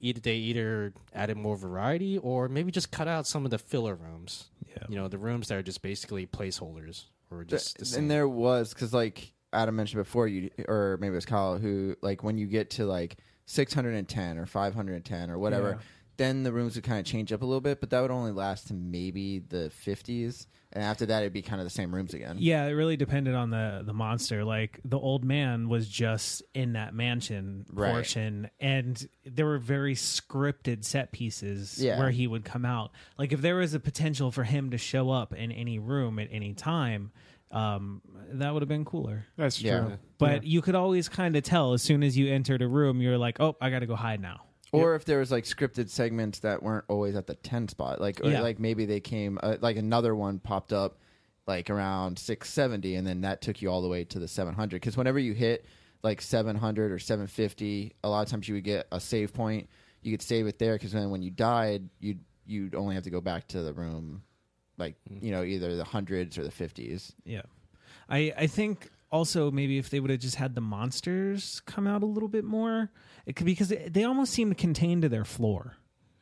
Speaker 1: either they either added more variety or maybe just cut out some of the filler rooms.
Speaker 3: Yeah.
Speaker 1: You know, the rooms that are just basically placeholders or just the
Speaker 5: Th-
Speaker 1: same.
Speaker 5: and there was because like adam mentioned before you or maybe it was kyle who like when you get to like 610 or 510 or whatever
Speaker 4: Yeah.
Speaker 5: then the rooms would kind of change up a little bit but that would only last to maybe the 50s and after that it'd be kind of the same rooms again
Speaker 3: Yeah, it really depended on the the monster. Like the old man was just in that mansion
Speaker 5: Right.
Speaker 3: portion, and there were very scripted set pieces
Speaker 5: Yeah.
Speaker 3: where he would come out. Like if there was a potential for him to show up in any room at any time, um, that would have been cooler.
Speaker 4: That's true.
Speaker 5: Yeah.
Speaker 3: But you could always kind of tell as soon as you entered a room, you're like, oh, I got to go hide now.
Speaker 5: or if there was like scripted segments that weren't always at the 10 spot like or
Speaker 3: Yeah.
Speaker 5: like maybe they came uh, like another one popped up like around 670 and then that took you all the way to the 700 because whenever you hit like 700 or 750 a lot of times you would get a save point you could save it there because then when you died you'd you'd only have to go back to the room like you know either the hundreds or the 50s
Speaker 3: Yeah. I I think also maybe if they would have just had the monsters come out a little bit more, it could because it, they almost seemed contained to their floor.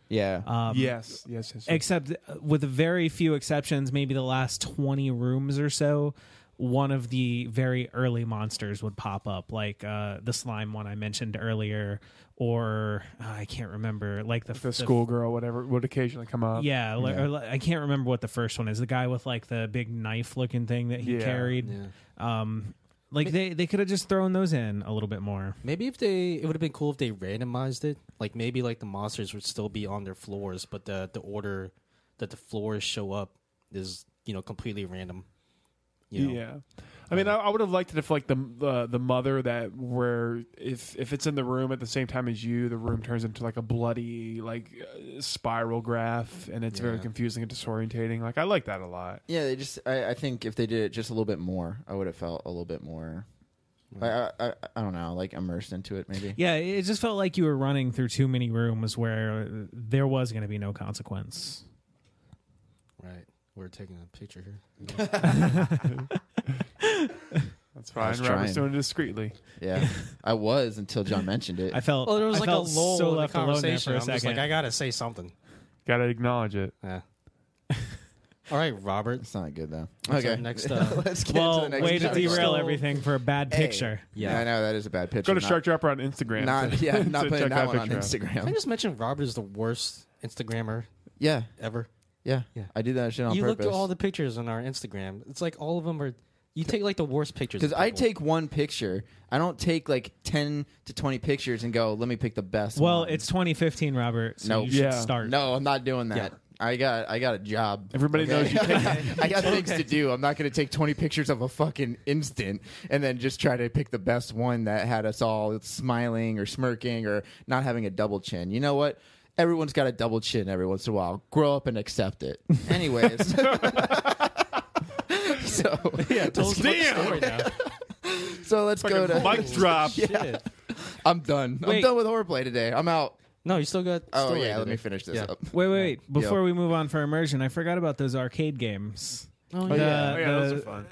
Speaker 5: yeah
Speaker 3: Um,
Speaker 4: yes, yes, yes. yes.
Speaker 3: Except uh, with very few exceptions, maybe the last 20 rooms or so, one of the very early monsters would pop up, like uh, the slime one I mentioned earlier, or uh, I can't remember, like the,
Speaker 4: the schoolgirl, whatever, would occasionally come up.
Speaker 3: yeah, li- Or, li- I can't remember what the first one is. The guy with like the big knife looking thing that he
Speaker 4: Yeah.
Speaker 3: carried.
Speaker 1: yeah.
Speaker 3: Um, like they they could have just thrown those in a little bit more.
Speaker 1: Maybe if they, it would have been cool if they randomized it. Like maybe like the monsters would still be on their floors, but the the order that the floors show up is you know completely random. You know?
Speaker 4: Yeah, I mean, I, I would have liked it if like the the the mother that where if if it's in the room at the same time as you, the room turns into like a bloody like uh, spiral graph, and it's very
Speaker 1: Yeah.
Speaker 4: confusing and disorientating. Like I like that a lot.
Speaker 5: Yeah, they just. I, I think if they did it just a little bit more, I would have felt a little bit more. I, I I I don't know, like immersed into it, maybe.
Speaker 3: Yeah, it just felt like you were running through too many rooms where there was going to be no consequence.
Speaker 1: Right. We're taking a picture here.
Speaker 4: That's
Speaker 5: I
Speaker 4: fine.
Speaker 5: was
Speaker 4: Robert's
Speaker 5: trying.
Speaker 4: doing it discreetly.
Speaker 5: Yeah, I was until John mentioned it.
Speaker 3: I felt
Speaker 1: Well, there was
Speaker 3: I
Speaker 1: like a
Speaker 3: felt
Speaker 1: lull
Speaker 3: so
Speaker 1: in the
Speaker 3: left alone there
Speaker 1: conversation.
Speaker 3: for a
Speaker 1: I'm just
Speaker 3: second.
Speaker 1: like, I gotta say something.
Speaker 4: Got to acknowledge it.
Speaker 1: Yeah. All right, Robert.
Speaker 5: it's not good though.
Speaker 1: What's
Speaker 5: okay,
Speaker 1: our next, uh,
Speaker 5: let's get to
Speaker 3: well,
Speaker 5: the next.
Speaker 3: way to
Speaker 5: topic.
Speaker 3: derail
Speaker 1: Still-
Speaker 3: everything for a bad
Speaker 5: Hey.
Speaker 3: picture.
Speaker 5: Yeah. I know that is a bad picture.
Speaker 4: Go to
Speaker 5: Not-
Speaker 4: Shark Dropper on Instagram.
Speaker 5: Not
Speaker 4: to-
Speaker 5: yeah,
Speaker 4: to
Speaker 5: not
Speaker 4: check
Speaker 5: putting
Speaker 4: that
Speaker 5: that one on
Speaker 4: picture out.
Speaker 1: Can I
Speaker 5: Instagram.
Speaker 1: just mention Robert is the worst Instagrammer
Speaker 5: Yeah,
Speaker 1: ever?
Speaker 5: yeah,
Speaker 1: Yeah.
Speaker 5: I do that shit on
Speaker 1: you
Speaker 5: purpose.
Speaker 1: look at all the pictures on our Instagram. It's like all of them are. You take like the worst pictures.
Speaker 5: because
Speaker 1: of
Speaker 5: I
Speaker 1: people.
Speaker 5: take one picture. I don't take like ten to twenty pictures and go, let me pick the best.
Speaker 3: Well,
Speaker 5: one."
Speaker 3: it's 2015, Robert. So
Speaker 5: Nope.
Speaker 3: you should
Speaker 4: Yeah.
Speaker 3: start.
Speaker 5: no, I'm not doing that. I got I got a job.
Speaker 4: Everybody knows you
Speaker 5: I got things to do. I'm not going to take 20 pictures of a fucking instant and then just try to pick the best one that had us all smiling or smirking or not having a double chin. You know what? Everyone's got a double chin every once in a while. Grow up and accept it. Anyways. so, yeah,
Speaker 1: Tell us about the story now.
Speaker 5: so let's go to
Speaker 4: Mic drop.
Speaker 1: Shit.
Speaker 5: I'm done. I'm
Speaker 3: Wait.
Speaker 5: done with horrorplay today. I'm out.
Speaker 1: No, you still got.
Speaker 5: Oh
Speaker 1: still
Speaker 5: yeah,
Speaker 1: rated
Speaker 5: let me
Speaker 1: it.
Speaker 5: finish this
Speaker 1: Yeah.
Speaker 5: up.
Speaker 3: Wait, wait.
Speaker 5: Yeah.
Speaker 3: Before we move on for immersion, I forgot about those arcade games.
Speaker 1: Oh,
Speaker 3: The-
Speaker 1: yeah.
Speaker 4: Oh, yeah, those
Speaker 3: the
Speaker 4: are fun.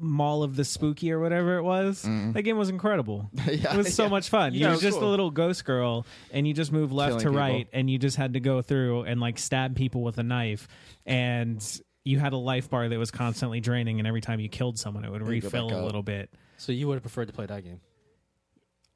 Speaker 3: Mall of the Spooky or whatever it was. That game was incredible.
Speaker 5: Mm-hmm. Yeah,
Speaker 3: it was so
Speaker 5: yeah.
Speaker 3: much fun.
Speaker 4: Yeah,
Speaker 3: you
Speaker 4: it
Speaker 3: were
Speaker 4: was
Speaker 3: just
Speaker 4: cool.
Speaker 3: a little ghost girl, and you just move left
Speaker 5: Killing
Speaker 3: to
Speaker 5: people.
Speaker 3: right, and you just had to go through and like stab people with a knife, and you had a life bar that was constantly draining, and every time you killed someone, it would
Speaker 5: you go
Speaker 3: refill
Speaker 5: back
Speaker 3: a
Speaker 5: up.
Speaker 3: little bit.
Speaker 1: So you would have preferred to play that game.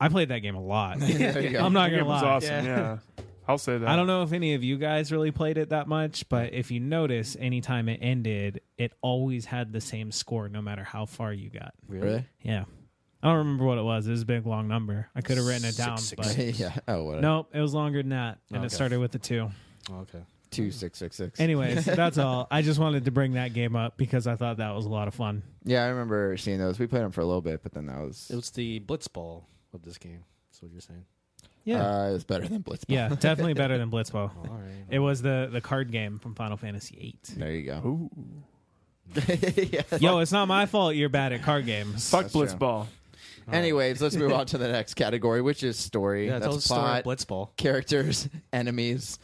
Speaker 3: I played that game a lot.
Speaker 5: There you go.
Speaker 3: I'm not
Speaker 4: That
Speaker 3: gonna
Speaker 4: game was
Speaker 3: lie.
Speaker 4: awesome. Yeah. I'll say that.
Speaker 3: I don't know if any of you guys really played it that much, but if you notice, anytime it ended, it always had the same score, no matter how far you got.
Speaker 5: really.
Speaker 3: Yeah, I don't remember what it was. It was a big long number. I could have written it
Speaker 1: Six,
Speaker 3: down,
Speaker 1: six,
Speaker 3: but
Speaker 5: yeah. Oh, whatever.
Speaker 3: nope, it was longer than that, and it
Speaker 1: Okay.
Speaker 3: started with a two.
Speaker 1: Oh, okay.
Speaker 5: Two six six six.
Speaker 3: Anyways, that's all. I just wanted to bring that game up because I thought that was a lot of fun.
Speaker 5: Yeah, I remember seeing those. We played them for a little bit, but then that was
Speaker 1: It was the blitzball of this game. That's what you're saying.
Speaker 3: Yeah,
Speaker 5: uh, it was better than Blitzball.
Speaker 3: yeah, definitely better than Blitzball.
Speaker 1: Oh, all right.
Speaker 3: It was the the card game from Final Fantasy VIII.
Speaker 5: There you go.
Speaker 4: Ooh.
Speaker 5: yeah.
Speaker 3: Yo, it's not my fault you're bad at card games.
Speaker 4: Fuck
Speaker 5: That's true.
Speaker 4: Blitzball.
Speaker 5: Anyways, let's move on to the next category, which is story.
Speaker 1: yeah, tell the
Speaker 5: That's
Speaker 1: story of
Speaker 5: plot,
Speaker 1: blitzball.
Speaker 5: characters, enemies.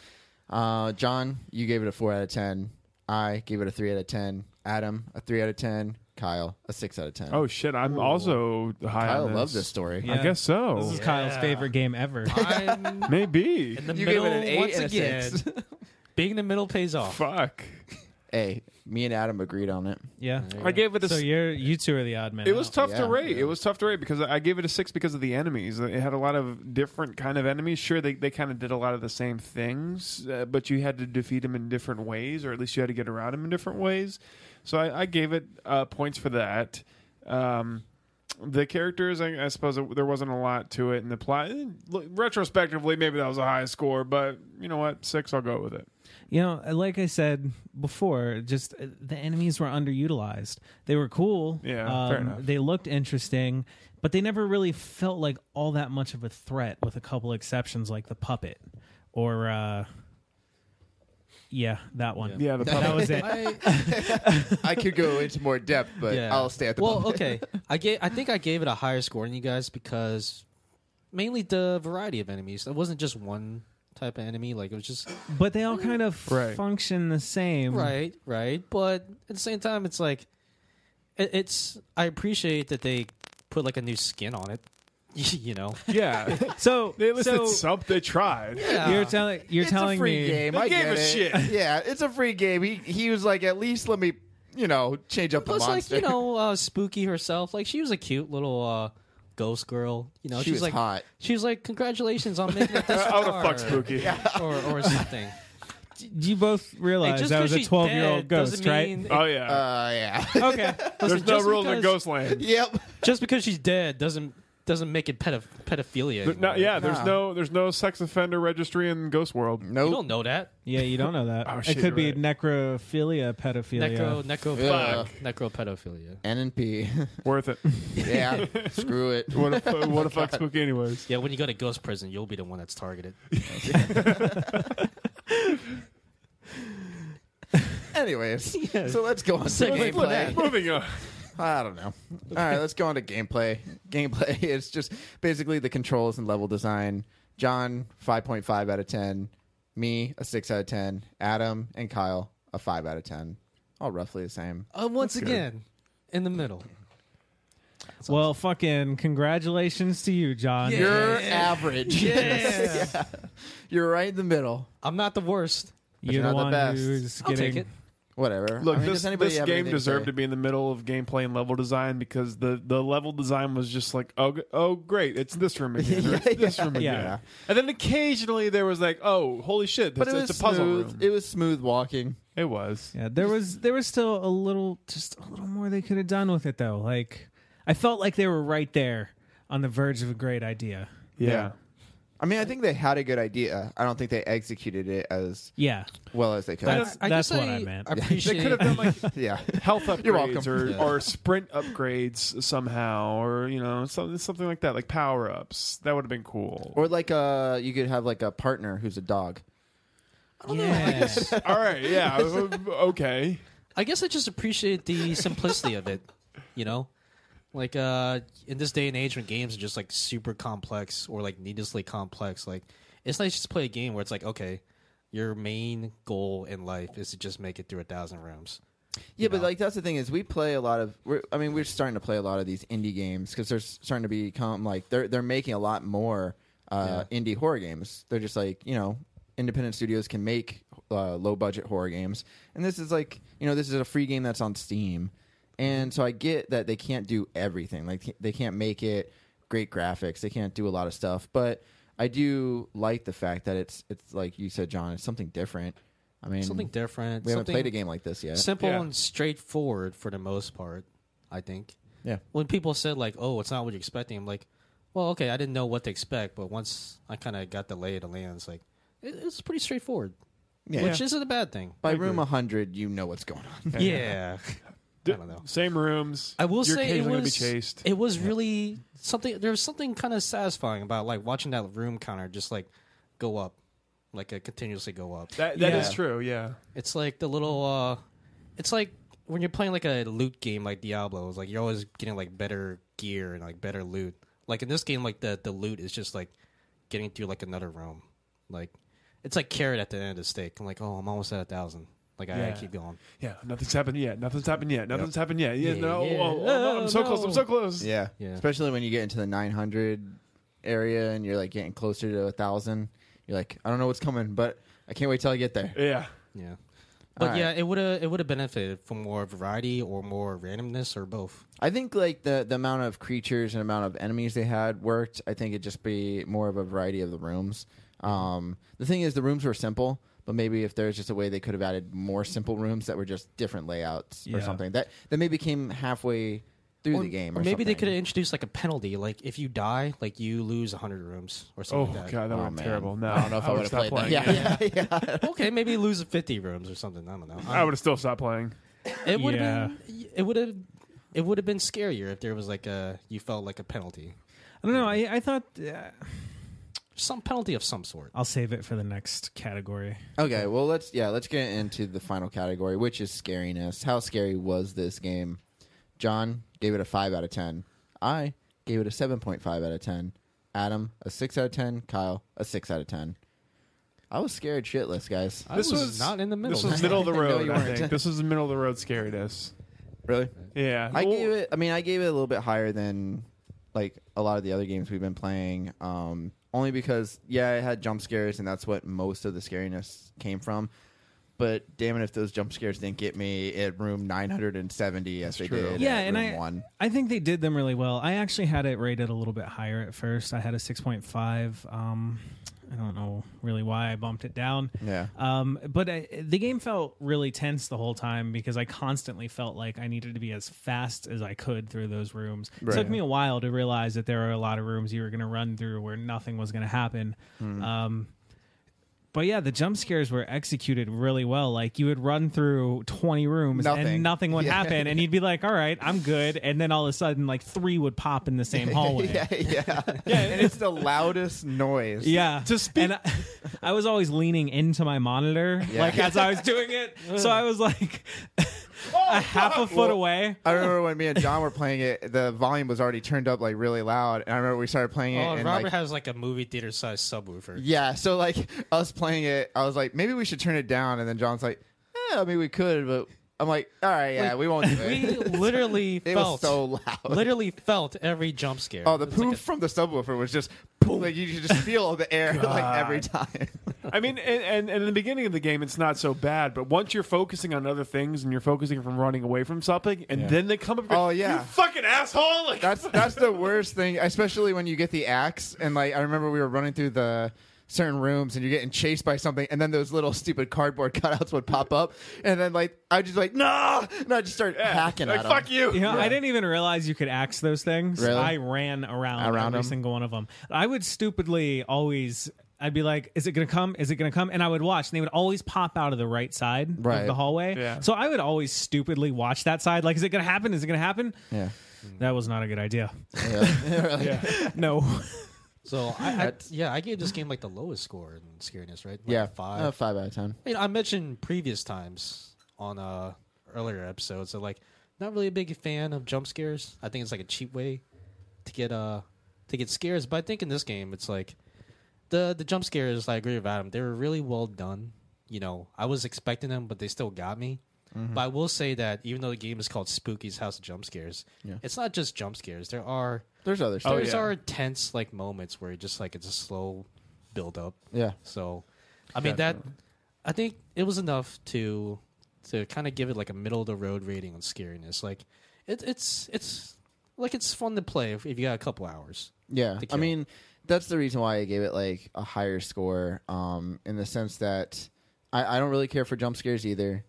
Speaker 5: Uh, John, you gave it a four out of ten. I gave it a three out of ten. Adam, a three out of ten. Kyle, a six out of ten.
Speaker 4: Oh shit! I'm also high.
Speaker 5: Kyle
Speaker 4: on
Speaker 5: loved this story.
Speaker 3: Yeah.
Speaker 4: I guess
Speaker 3: This
Speaker 4: so.
Speaker 3: is Kyle's
Speaker 1: Yeah.
Speaker 3: favorite game ever.
Speaker 1: I'm
Speaker 4: Maybe.
Speaker 1: in the
Speaker 5: You gave
Speaker 1: middle
Speaker 5: it an eight
Speaker 1: once
Speaker 5: and a
Speaker 1: again.
Speaker 5: six.
Speaker 1: Being in the middle pays off.
Speaker 4: Fuck.
Speaker 5: Hey, me and Adam agreed on it.
Speaker 3: Yeah.
Speaker 4: I gave it a.
Speaker 3: So
Speaker 4: s-
Speaker 3: you're you two are the odd man.
Speaker 4: it was tough to
Speaker 5: Yeah.
Speaker 4: rate. It was tough to rate because I gave it a six because of the enemies. It had a lot of different kind of enemies. Sure, they, they kind of did a lot of the same things, uh, but you had to defeat them in different ways, or at least you had to get around them in different ways. So I, I gave it uh, points for that. Um, the characters, I, I suppose there wasn't a lot to it in the plot. Eh, look, Retrospectively, maybe that was a high score, but you know what? Six, I'll go with it.
Speaker 3: You know, uh, like I said before, just uh, the enemies were underutilized. They were cool. Um,
Speaker 4: Yeah, fair enough.
Speaker 3: They looked interesting, but they never really felt like all that much of a threat, with a couple exceptions like the puppet or, uh, yeah, that one.
Speaker 4: Yeah, the
Speaker 3: That was it.
Speaker 5: I could go into more depth, but
Speaker 1: Yeah.
Speaker 5: I'll stay at the
Speaker 1: Well,
Speaker 5: moment.
Speaker 1: okay. I gave. I think I gave it a higher score than you guys because mainly the variety of enemies. It wasn't just one type of enemy. Like it was just
Speaker 3: But they all kind of
Speaker 4: Right.
Speaker 3: function the same.
Speaker 5: Mm-hmm.
Speaker 1: right, right. But at the same time, it's like it, it's. I appreciate that they put like a new skin on it. you know.
Speaker 4: yeah.
Speaker 3: So,
Speaker 4: They listed
Speaker 3: so
Speaker 4: some. They tried.
Speaker 3: you're, telling you're
Speaker 5: it's
Speaker 3: telling
Speaker 5: a free
Speaker 3: me.
Speaker 5: game.
Speaker 4: They
Speaker 5: I
Speaker 4: gave
Speaker 5: get
Speaker 4: a
Speaker 5: it.
Speaker 4: shit.
Speaker 5: Yeah, it's a free game. He he was like, at least let me, you know, change up the
Speaker 1: Plus, like
Speaker 5: monster.
Speaker 1: you know, uh, Spooky herself, like she was a cute little uh, ghost girl. You know,
Speaker 5: She
Speaker 1: she's
Speaker 5: was
Speaker 1: like
Speaker 5: hot.
Speaker 1: She was like, "Congratulations on making it this
Speaker 4: I
Speaker 1: far,"
Speaker 4: would have fucked Spooky.
Speaker 1: or or something.
Speaker 3: Do you both realize
Speaker 1: just
Speaker 3: that
Speaker 1: 'cause
Speaker 3: was a
Speaker 1: she's
Speaker 3: 12 year
Speaker 1: dead
Speaker 3: old
Speaker 1: doesn't
Speaker 3: ghost, right?
Speaker 1: mean-
Speaker 4: Oh yeah.
Speaker 5: uh, yeah.
Speaker 3: Okay.
Speaker 4: There's
Speaker 1: Listen,
Speaker 4: no
Speaker 1: just
Speaker 4: rules in
Speaker 1: because-
Speaker 4: Ghostland.
Speaker 5: yep.
Speaker 1: Just because she's dead doesn't doesn't make it pedoph- pedophilia.
Speaker 4: There- no-
Speaker 1: anymore.
Speaker 4: yeah, there's
Speaker 5: Nah.
Speaker 4: no there's no sex offender registry in Ghost World.
Speaker 1: you
Speaker 5: Nope.
Speaker 1: don't know that.
Speaker 3: Yeah, you don't know that.
Speaker 4: Oh, shit,
Speaker 3: it could be
Speaker 4: you're right.
Speaker 3: necrophilia, pedophilia.
Speaker 1: Necro necro
Speaker 5: Yeah.
Speaker 1: necro pedophilia.
Speaker 5: N and P.
Speaker 4: Worth it.
Speaker 5: yeah. Screw it.
Speaker 4: What if what if fuck spooky anyways?
Speaker 1: Yeah, when you go to ghost prison, you'll be the one that's targeted.
Speaker 5: Anyways, so let's go on to
Speaker 1: Sick.
Speaker 5: gameplay.
Speaker 1: Let's
Speaker 4: Moving on.
Speaker 5: I don't know. All right, let's go on to gameplay. Gameplay is just basically the controls and level design. John, 5.5 out of 10. Me, a 6 out of 10. Adam and Kyle, a 5 out of 10. All roughly the same.
Speaker 1: Uh, once again, in the middle.
Speaker 3: Well, fucking congratulations to you, John.
Speaker 1: Yeah.
Speaker 5: You're average.
Speaker 1: Yes.
Speaker 5: Yeah. You're right in the middle.
Speaker 1: I'm not the worst.
Speaker 3: You're
Speaker 5: you're
Speaker 3: the
Speaker 5: not the
Speaker 3: one
Speaker 5: best.
Speaker 3: who's
Speaker 1: I'll
Speaker 3: getting.
Speaker 1: take it.
Speaker 5: Whatever.
Speaker 4: Look,
Speaker 5: I mean,
Speaker 4: this,
Speaker 5: does anybody
Speaker 4: this
Speaker 5: have
Speaker 4: game
Speaker 5: anything to
Speaker 4: deserved
Speaker 5: say?
Speaker 4: to be in the middle of gameplay and level design because the, the level design was just like, oh, g- oh great, it's this room again, or it's this room again.
Speaker 3: Yeah.
Speaker 4: And then occasionally there was like, oh, holy shit,
Speaker 5: But
Speaker 4: this,
Speaker 5: it
Speaker 4: it's
Speaker 5: was
Speaker 4: a puzzle
Speaker 5: smooth.
Speaker 4: room.
Speaker 5: It was smooth walking.
Speaker 4: It was.
Speaker 3: Yeah, there was there was still a little, just a little more they could have done with it though. Like, I felt like they were right there on the verge of a great idea.
Speaker 4: Yeah.
Speaker 5: I mean, I think they had a good idea. I don't think they executed it as
Speaker 3: Yeah,
Speaker 5: well as they could.
Speaker 3: That's-
Speaker 1: I, I
Speaker 3: that's
Speaker 1: guess
Speaker 3: what I meant.
Speaker 1: appreciate
Speaker 4: They could have done like
Speaker 5: yeah.
Speaker 4: health upgrades
Speaker 5: You're welcome.
Speaker 4: Or,
Speaker 5: Yeah.
Speaker 4: or sprint upgrades somehow or you know something something like that like power ups that would have been cool
Speaker 5: Or like uh you could have like a partner who's a dog.
Speaker 3: yeah.
Speaker 4: all right yeah uh, okay
Speaker 1: I guess I just appreciate the simplicity of it. You know, Like uh, in this day and age when games are just like super complex or like needlessly complex, like it's nice just to play a game where it's like, okay, your main goal in life is to just make it through a thousand rooms.
Speaker 5: Yeah, but like that's the thing is we play a lot of. We're, I mean, we're starting to play a lot of these indie games because they're s- starting to become like they're they're making a lot more uh, indie horror games. They're just like you know, independent studios can make uh, low budget horror games, and this is like you know this is a free game that's on Steam, and so I get that they can't do everything. Like they can't make it great graphics. They can't do a lot of stuff, but I do like the fact that it's it's like you said, John. It's something different. I mean,
Speaker 1: Something different.
Speaker 5: we haven't
Speaker 1: something
Speaker 5: played a game like this yet.
Speaker 1: Simple
Speaker 4: Yeah.
Speaker 1: and straightforward for the most part, I think.
Speaker 5: yeah.
Speaker 1: When people said like, "Oh, it's not what you're expecting," I'm like, "Well, okay, I didn't know what to expect, but once I kind of got the lay of the land, it's like it, it's pretty straightforward,
Speaker 5: Yeah.
Speaker 1: which isn't a bad thing."
Speaker 5: By room 100, you know what's going on.
Speaker 1: Yeah.
Speaker 4: D-
Speaker 1: don't know.
Speaker 4: Same rooms.
Speaker 1: I will
Speaker 4: You're
Speaker 1: say it
Speaker 4: occasionally
Speaker 1: was
Speaker 4: gonna be chased.
Speaker 1: it was really something. There was something kind of satisfying about like watching that room counter just like go up, like uh, continuously go up.
Speaker 4: that that is
Speaker 3: Yeah.
Speaker 4: true. Yeah.
Speaker 1: It's like the little. uh It's like when you're playing like a loot game like Diablo. It's like you're always getting like better gear and like better loot. Like in this game, like the the loot is just like getting through like another room. Like it's like carrot at the end of the steak. I'm like, oh, I'm almost at a thousand. Like I, I
Speaker 4: Yeah.
Speaker 1: keep going.
Speaker 4: Yeah. Nothing's happened yet. Nothing's happened yet. Nothing's happened yet. Yeah.
Speaker 1: Yeah,
Speaker 4: no.
Speaker 1: yeah.
Speaker 4: oh, oh, no, I'm so
Speaker 1: No,
Speaker 4: close. I'm
Speaker 1: no.
Speaker 4: so close.
Speaker 5: Yeah.
Speaker 1: Yeah.
Speaker 5: Especially when you get into the 900 area and you're like getting closer to a 1,000. You're like, I don't know what's coming, but I can't wait till I get there.
Speaker 4: Yeah.
Speaker 1: Yeah. But
Speaker 5: Alright.
Speaker 1: yeah, it would have it would have benefited from more variety or more randomness or both.
Speaker 5: I think like the, the amount of creatures and amount of enemies they had worked. I think it'd just be more of a variety of the rooms. Um, the thing is, the rooms were simple, but maybe if there's just a way they could have added more simple rooms that were just different layouts or
Speaker 3: Yeah.
Speaker 5: something that that maybe came halfway through the game, or,
Speaker 1: maybe they
Speaker 5: something.
Speaker 1: could have introduced like a penalty, like if you die, like you lose hundred rooms or
Speaker 4: Oh
Speaker 1: something like that.
Speaker 4: god, that
Speaker 5: Oh,
Speaker 4: was
Speaker 5: man.
Speaker 4: terrible. No,
Speaker 5: I don't know if I, would have
Speaker 4: stop
Speaker 5: played that.
Speaker 4: playing.
Speaker 5: Yeah, yeah.
Speaker 1: Okay, maybe lose fifty rooms or something. I don't know.
Speaker 4: I would have still stopped playing.
Speaker 1: It would have
Speaker 3: Yeah.
Speaker 1: been. It would have. It would have been scarier if there was like a you felt like a penalty,
Speaker 3: I don't know. I, I thought uh,
Speaker 1: some penalty of some sort.
Speaker 3: I'll save it for the next category.
Speaker 5: Okay, well let's yeah, let's get into the final category, which is scariness. How scary was this game? John gave it a five out of ten. I gave it a seven point five out of ten. Adam a six out of ten. Kyle a six out of ten. I was scared shitless, guys.
Speaker 1: This was not in the middle.
Speaker 4: This was middle of the
Speaker 5: No,
Speaker 4: road.
Speaker 5: you
Speaker 4: I
Speaker 5: weren't.
Speaker 4: think this was the middle of the road scariness.
Speaker 5: Really?
Speaker 4: Yeah,
Speaker 5: I
Speaker 4: Well,
Speaker 5: gave it. I mean, I gave it a little bit higher than like a lot of the other games we've been playing. Um, only because yeah, it had jump scares, and that's what most of the scariness came from. But damn it, if those jump scares didn't get me at room 970 as they
Speaker 4: true.
Speaker 5: did,
Speaker 3: yeah,
Speaker 5: at
Speaker 3: and
Speaker 5: room
Speaker 3: I
Speaker 5: one.
Speaker 3: I think they did them really well. I actually had it rated a little bit higher at first. I had a six point five. Um, I don't know really why I bumped it down.
Speaker 5: Yeah.
Speaker 3: Um, but I, the game felt really tense the whole time because I constantly felt like I needed to be as fast as I could through those rooms. It took me a while to realize that there were a lot of rooms you were going to run through where nothing was going to happen.
Speaker 5: Hmm.
Speaker 3: Um, but yeah, the jump scares were executed really well. Like you would run through 20 rooms
Speaker 5: Nothing.
Speaker 3: and nothing would happen. And you'd be like, all right, I'm good. And then all of a sudden, like three would pop in the same hallway.
Speaker 5: yeah, yeah, and it's the loudest noise.
Speaker 3: Yeah.
Speaker 4: To speak-
Speaker 3: And I, I was always leaning into my monitor, like as I was doing it. So I was like a half a foot away.
Speaker 5: I remember when me and John were playing it, the volume was already turned up like really loud, and I remember we started playing it.
Speaker 1: Oh,
Speaker 5: and,
Speaker 1: and
Speaker 5: like,
Speaker 1: Robert has like a movie theater sized subwoofer.
Speaker 5: Yeah, so like us playing it, I was like, maybe we should turn it down, and then John's like, eh, I mean, we could, but I'm like, all right, yeah, we won't do
Speaker 1: We
Speaker 5: it.
Speaker 1: literally
Speaker 5: it was
Speaker 1: felt
Speaker 5: so loud.
Speaker 1: literally felt every jump scare.
Speaker 5: oh, the
Speaker 1: It's
Speaker 5: poof
Speaker 1: like a-
Speaker 5: from the subwoofer was just boom. Like you could just feel the air like every time.
Speaker 4: I mean, and, and, and in the beginning of the game, it's not so bad. But once you're focusing on other things and you're focusing from running away from something, and then they come up. and go,
Speaker 5: Oh, yeah.
Speaker 4: you fucking asshole! Like,
Speaker 5: That's that's the worst thing, especially when you get the axe. And like I remember we were running through the certain rooms and you're getting chased by something and then those little stupid cardboard cutouts would pop up and then like I just like nah and I just start hacking
Speaker 4: like
Speaker 5: at 'em.
Speaker 4: fuck you.
Speaker 3: You know, I didn't even realize you could axe those things.
Speaker 5: Really?
Speaker 3: I ran around,
Speaker 5: Around
Speaker 3: every
Speaker 5: 'em?
Speaker 3: single one of them. I would stupidly always. I'd be like, "Is it gonna come? Is it gonna come?" And I would watch, and they would always pop out of the right side
Speaker 5: Right.
Speaker 3: of the hallway.
Speaker 4: Yeah.
Speaker 3: So I would always stupidly watch that side, like, "Is it gonna happen? Is it gonna happen?"
Speaker 5: Yeah.
Speaker 3: That was not a good idea.
Speaker 5: Yeah. Really.
Speaker 3: No,
Speaker 1: So I, I yeah, I gave this game like the lowest score in scariness, right? Like
Speaker 5: Yeah,
Speaker 1: a five.
Speaker 5: Uh, five out of ten.
Speaker 1: I mean, I mentioned previous times on uh earlier episodes that like not really a big fan of jump scares. I think it's like a cheap way to get uh to get scares. But I think in this game, it's like the the jump scares. I agree with Adam. They were really well done. You know, I was expecting them, but they still got me.
Speaker 5: Mm-hmm.
Speaker 1: But I will say that even though the game is called Spooky's House of Jump Scares,
Speaker 5: Yeah.
Speaker 1: it's not just jump scares. There are
Speaker 5: There's other stuff.
Speaker 4: Oh,
Speaker 1: there's
Speaker 4: yeah.
Speaker 1: are tense like moments where it just like it's a slow build up.
Speaker 5: yeah.
Speaker 1: So, I mean that I think it was enough to to kind of give it like a middle of the road rating on scariness. Like it, it's it's like it's fun to play if, if you got a couple hours.
Speaker 5: Yeah,
Speaker 1: to
Speaker 5: I
Speaker 1: kill.
Speaker 5: mean that's the reason why I gave it like a higher score, um, in the sense that I, I don't really care for jump scares either,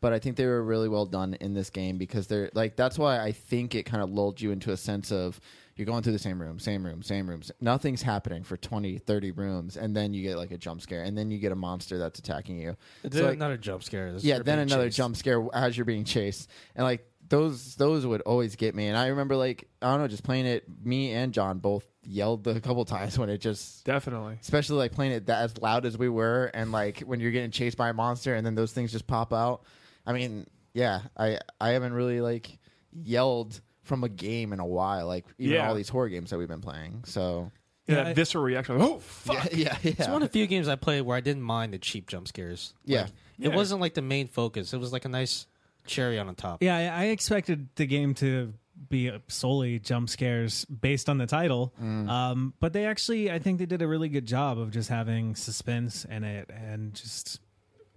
Speaker 5: but I think they were really well done in this game because they're like that's why I think it kind of lulled you into a sense of you're going through the same room, same room, same rooms. Nothing's happening for 20, 30 rooms, and then you get like a jump scare, and then you get a monster that's attacking you.
Speaker 1: It's
Speaker 5: So, like-
Speaker 1: another jump scare. It's
Speaker 5: yeah
Speaker 1: you're
Speaker 5: then
Speaker 1: being
Speaker 5: another
Speaker 1: chased.
Speaker 5: jump scare as you're being chased and like those those would always get me and i remember like i don't know just playing it me and john both yelled a couple times when it just
Speaker 4: Definitely.
Speaker 5: especially like playing it that as loud as we were and like when you're getting chased by a monster and then those things just pop out i mean yeah i i haven't really like yelled from a game in a while like even
Speaker 4: Yeah.
Speaker 5: all these horror games that we've been playing so
Speaker 4: Yeah,
Speaker 1: Yeah,
Speaker 4: that
Speaker 1: I-
Speaker 4: visceral reaction. Oh, fuck.
Speaker 5: yeah yeah,
Speaker 1: It's
Speaker 5: yeah.
Speaker 1: one of the few games I played where I didn't mind the cheap jump scares.
Speaker 5: Yeah.
Speaker 1: Like,
Speaker 4: Yeah.
Speaker 1: it wasn't like the main focus. It was like a nice cherry on the top.
Speaker 3: Yeah, I, I expected the game to be solely jump scares based on the title,
Speaker 4: Mm.
Speaker 3: um, but they actually, I think they did a really good job of just having suspense in it and just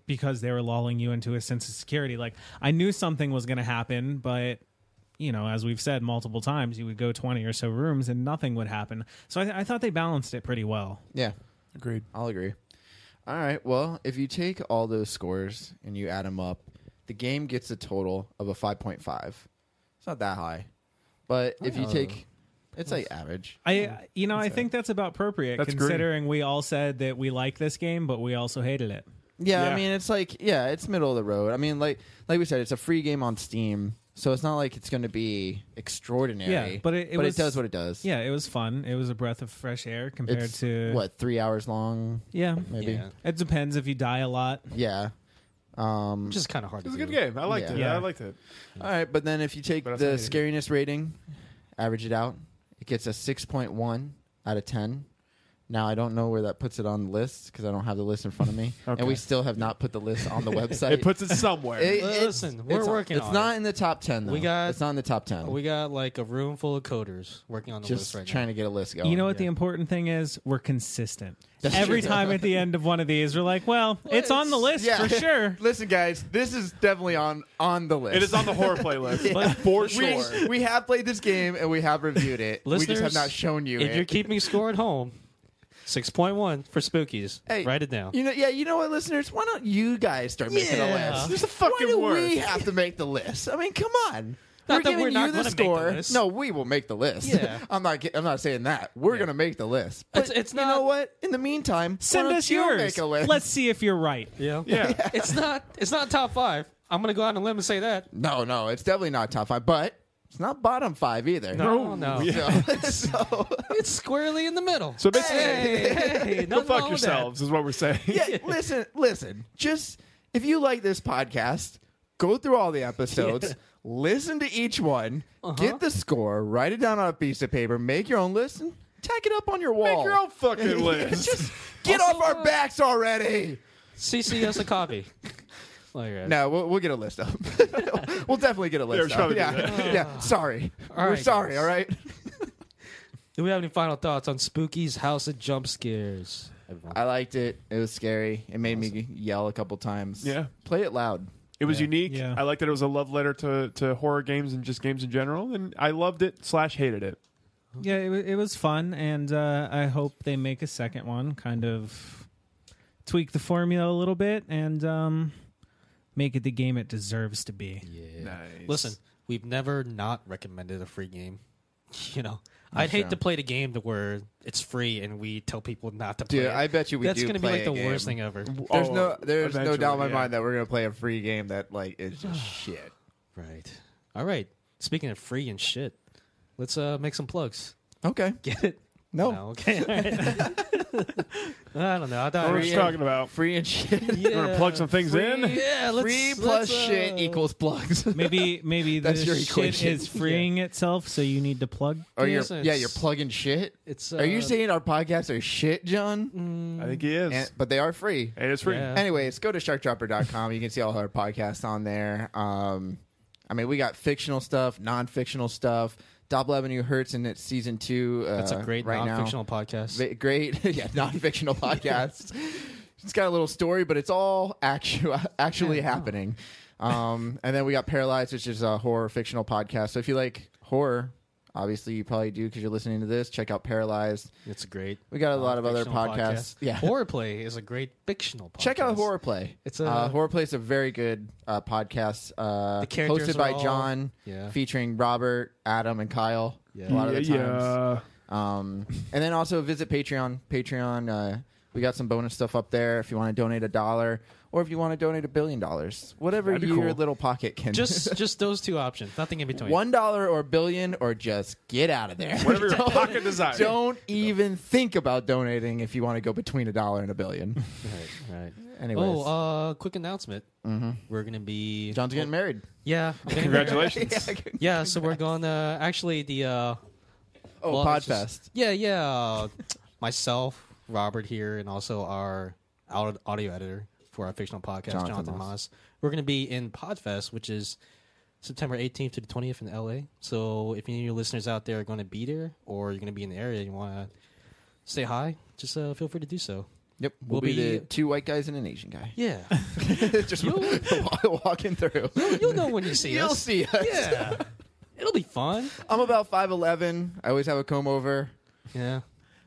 Speaker 3: because they were lulling you into a sense of security. Like I knew something was going to happen, but you know, as we've said multiple times, you would go twenty or so rooms and nothing would happen. So I, th- I thought they balanced it pretty well.
Speaker 5: yeah
Speaker 4: Agreed.
Speaker 5: I'll agree. All right. Well, if you take all those scores and you add them up, the game gets a total of a 5.5. It's not that high. But if you
Speaker 1: Oh.
Speaker 5: take, it's like average.
Speaker 3: I, you know, I think that's about appropriate
Speaker 4: That's great.
Speaker 3: considering we all said that we like this game, but we also hated it.
Speaker 5: Yeah,
Speaker 4: Yeah.
Speaker 5: I mean, it's like, yeah, it's middle of the road. I mean, like like we said, it's a free game on Steam. So it's not like it's going to be extraordinary.
Speaker 3: Yeah, but it- it was-
Speaker 5: does what it does.
Speaker 3: Yeah, it was fun. It was a breath of fresh air compared
Speaker 5: It's
Speaker 3: to
Speaker 5: what, three hours long,
Speaker 3: Yeah,
Speaker 5: maybe?
Speaker 1: Yeah.
Speaker 3: it depends if you die a lot.
Speaker 5: Yeah. Um,
Speaker 1: Which is kind of hard
Speaker 4: It was a
Speaker 1: to
Speaker 4: good
Speaker 1: do.
Speaker 4: game. I liked
Speaker 5: Yeah.
Speaker 4: it.
Speaker 3: Yeah.
Speaker 4: I liked it.
Speaker 5: All right, but then if you take
Speaker 4: But I
Speaker 5: the
Speaker 4: thought you
Speaker 5: scariness rating, average it out, it gets a 6.1 out of 10. Now, I don't know where that puts it on the list because I don't have the list in front of me.
Speaker 4: Okay.
Speaker 5: And we still have not put the list on the website.
Speaker 4: It puts it somewhere.
Speaker 5: It-
Speaker 1: Well,
Speaker 5: it's-
Speaker 1: listen, we're
Speaker 5: it's-
Speaker 1: working
Speaker 5: It's
Speaker 1: on
Speaker 5: not
Speaker 1: it.
Speaker 5: in the top 10, though.
Speaker 1: We got-
Speaker 5: it's not in the top 10.
Speaker 1: We got like a room full of coders working on the
Speaker 5: Just
Speaker 1: list right
Speaker 5: trying
Speaker 1: now.
Speaker 5: to get a list going.
Speaker 3: You know what the important thing is? We're consistent.
Speaker 5: Oh, That's
Speaker 3: Every
Speaker 5: true.
Speaker 3: time at the end of one of these, we're like, "Well, it's on the list
Speaker 5: Yeah.
Speaker 3: for sure."
Speaker 5: Listen, guys, this is definitely on, on the list.
Speaker 4: it is on the horror play list. For sure.
Speaker 5: We, we have played this game and we have reviewed it. we just have
Speaker 1: Listeners,
Speaker 5: not shown you
Speaker 1: If
Speaker 5: it.
Speaker 1: you're keeping score at home, six point one for Spookies.
Speaker 5: Hey,
Speaker 1: write it down.
Speaker 5: You know, yeah. You know what, listeners? Why don't you guys start making
Speaker 1: Yeah.
Speaker 5: a list?
Speaker 4: There's a
Speaker 5: Why
Speaker 4: fucking
Speaker 5: do
Speaker 4: word.
Speaker 5: we have to make the list? I mean, come on.
Speaker 1: Not that
Speaker 5: we're giving
Speaker 1: we're not
Speaker 5: you the
Speaker 1: gonna make the
Speaker 5: score.
Speaker 1: list.
Speaker 5: No, we will make the list.
Speaker 1: Yeah.
Speaker 5: I'm not. ge- I'm not saying that. We're gonna make the list. But
Speaker 1: It's- it's
Speaker 5: You know
Speaker 1: not-
Speaker 5: what? In the meantime,
Speaker 3: Send
Speaker 5: why don't
Speaker 3: us
Speaker 5: you
Speaker 3: yours.
Speaker 5: Make a list.
Speaker 3: Let's see if you're right.
Speaker 1: Yeah.
Speaker 4: Yeah.
Speaker 1: it's not it's not top five. I'm gonna go out on a limb and say that.
Speaker 5: No, no, it's definitely not top five, but it's not bottom five either.
Speaker 1: No, no.
Speaker 5: So, so-
Speaker 1: It's squarely in the middle.
Speaker 4: So basically,
Speaker 1: hey,
Speaker 4: go
Speaker 1: nothing wrong
Speaker 4: fuck
Speaker 1: with
Speaker 4: yourselves, is what we're saying.
Speaker 5: yeah, listen, listen. Just if you like this podcast, go through all the episodes, listen to each one, get the score, write it down on a piece of paper, make your own list, and tack it up on your wall.
Speaker 4: Make your own fucking list.
Speaker 5: Just get off our backs already.
Speaker 1: that. CC us a copy. Like, uh,
Speaker 5: No, we'll, we'll get a list up. we'll definitely get a list
Speaker 4: They're
Speaker 5: up.
Speaker 4: trying to do
Speaker 5: Yeah, yeah. Sorry,
Speaker 1: All
Speaker 5: we're
Speaker 1: right,
Speaker 5: sorry.
Speaker 1: guys.
Speaker 5: All right.
Speaker 1: Do we have any final thoughts on Spooky's House of Jump Scares? Everyone.
Speaker 5: I liked it. It was scary. It made me yell a couple times.
Speaker 4: Yeah.
Speaker 5: Play it loud.
Speaker 4: It was unique.
Speaker 3: Yeah.
Speaker 4: I liked that it was a love letter to, to horror games and just games in general, and I loved it slash hated it.
Speaker 3: Yeah, it, wa- it was fun, and uh, I hope they make a second one. Kind of tweak the formula a little bit and um, make it the game it deserves to be.
Speaker 1: yeah.
Speaker 4: Nice.
Speaker 1: Listen, we've never not recommended a free game. You know, I'd hate
Speaker 5: true.
Speaker 1: to play the game to where it's free and we tell people not to play.
Speaker 5: Dude,
Speaker 1: it.
Speaker 5: I bet you we
Speaker 1: That's
Speaker 5: do
Speaker 1: gonna
Speaker 5: play
Speaker 1: be
Speaker 5: a
Speaker 1: like the
Speaker 5: game.
Speaker 1: worst thing ever.
Speaker 5: There's
Speaker 4: Oh,
Speaker 5: no there's no doubt in my
Speaker 4: eventually, yeah.
Speaker 5: mind that we're gonna play a free game that like is just shit.
Speaker 1: Right. All right. Speaking of free and shit, let's uh make some plugs.
Speaker 5: Okay.
Speaker 1: Get it?
Speaker 5: No.
Speaker 1: okay. All right. I don't know. I thought
Speaker 4: We're
Speaker 5: Free
Speaker 4: just
Speaker 5: and-
Speaker 4: talking about.
Speaker 5: Free and shit.
Speaker 4: You want to plug some things in?
Speaker 1: Yeah, let's,
Speaker 5: free
Speaker 1: let's,
Speaker 5: plus
Speaker 1: uh,
Speaker 5: shit equals plugs.
Speaker 3: Maybe maybe
Speaker 5: That's
Speaker 3: this
Speaker 5: your
Speaker 3: shit
Speaker 5: equation.
Speaker 3: is freeing itself, so you need to plug.
Speaker 5: Or Oh, you're,
Speaker 1: Yes,
Speaker 5: yeah,
Speaker 1: it's-
Speaker 5: you're plugging shit.
Speaker 1: It's,
Speaker 5: are you
Speaker 1: uh, Mm,
Speaker 5: saying our podcasts are shit, John?
Speaker 4: I think he is.
Speaker 5: And- but they are free.
Speaker 4: and it's free.
Speaker 1: Yeah.
Speaker 5: Anyways, go to sharkdropper.com. You can see all our podcasts on there. Um, I mean, we got fictional stuff, non fictional stuff. Double Avenue Hurts in its season two. Uh,
Speaker 1: That's a great
Speaker 5: right now.
Speaker 1: non-fictional podcast.
Speaker 5: Va- great yeah non-fictional podcast it's got a little story but it's all actu- actually happening um, and then we got paralyzed which is a horror fictional podcast so if you like horror obviously you probably do because you're listening to this check out paralyzed
Speaker 1: it's great.
Speaker 5: we got a lot of other
Speaker 1: Fictional
Speaker 5: podcasts
Speaker 1: podcast.
Speaker 5: yeah
Speaker 1: horror play is a great fictional. podcast.
Speaker 5: check out horror play
Speaker 1: It's
Speaker 5: it's
Speaker 1: a-
Speaker 5: a uh, horror play is a very good uh, podcast uh,
Speaker 1: The characters
Speaker 5: hosted
Speaker 1: are
Speaker 5: by
Speaker 1: all-
Speaker 5: john
Speaker 1: Yeah.
Speaker 5: featuring robert adam and kyle
Speaker 1: Yeah.
Speaker 5: a lot of the
Speaker 4: Yeah,
Speaker 5: times
Speaker 4: yeah.
Speaker 5: um, and then also visit Patreon. Patreon, uh, we got some bonus stuff up there. If you want to donate a dollar, or if you want to donate a billion dollars, whatever
Speaker 4: That'd be
Speaker 5: your
Speaker 4: cool.
Speaker 5: little pocket can.
Speaker 1: Just just those two options. Nothing in between.
Speaker 5: one dollar or a billion, or just get out of there.
Speaker 4: Whatever your pocket desires.
Speaker 5: Don't even think about donating if you want to go between a dollar and a billion.
Speaker 1: Right. right.
Speaker 5: Anyways, Mm-hmm.
Speaker 1: Oh, uh, quick announcement. We're gonna be.
Speaker 5: John's getting married.
Speaker 1: Yeah. I'm getting married.
Speaker 4: Congratulations.
Speaker 1: Yeah. So we're gonna actually the. Uh,
Speaker 5: Oh,
Speaker 1: well, it's
Speaker 5: Podfest.
Speaker 1: just- Yeah, yeah. uh, myself, Robert here, and also our au- audio editor for our fictional podcast, Jonathan,
Speaker 5: Jonathan
Speaker 1: Moss.
Speaker 5: Moss.
Speaker 1: We're going to be in Podfest, which is September 18th to the 20th in LA. So if any of your listeners out there are going to be there or you're going to be in the area, you want to say hi, just uh, feel free to do so.
Speaker 5: Yep, we'll,
Speaker 1: We'll
Speaker 5: be,
Speaker 1: be-
Speaker 5: the two white guys and an Asian guy.
Speaker 1: Yeah.
Speaker 5: just walking through.
Speaker 1: You'll know when you see
Speaker 5: You'll
Speaker 1: us.
Speaker 5: see us.
Speaker 1: Yeah. It'll be fun.
Speaker 5: I'm about five eleven. I always have a comb over.
Speaker 1: Yeah.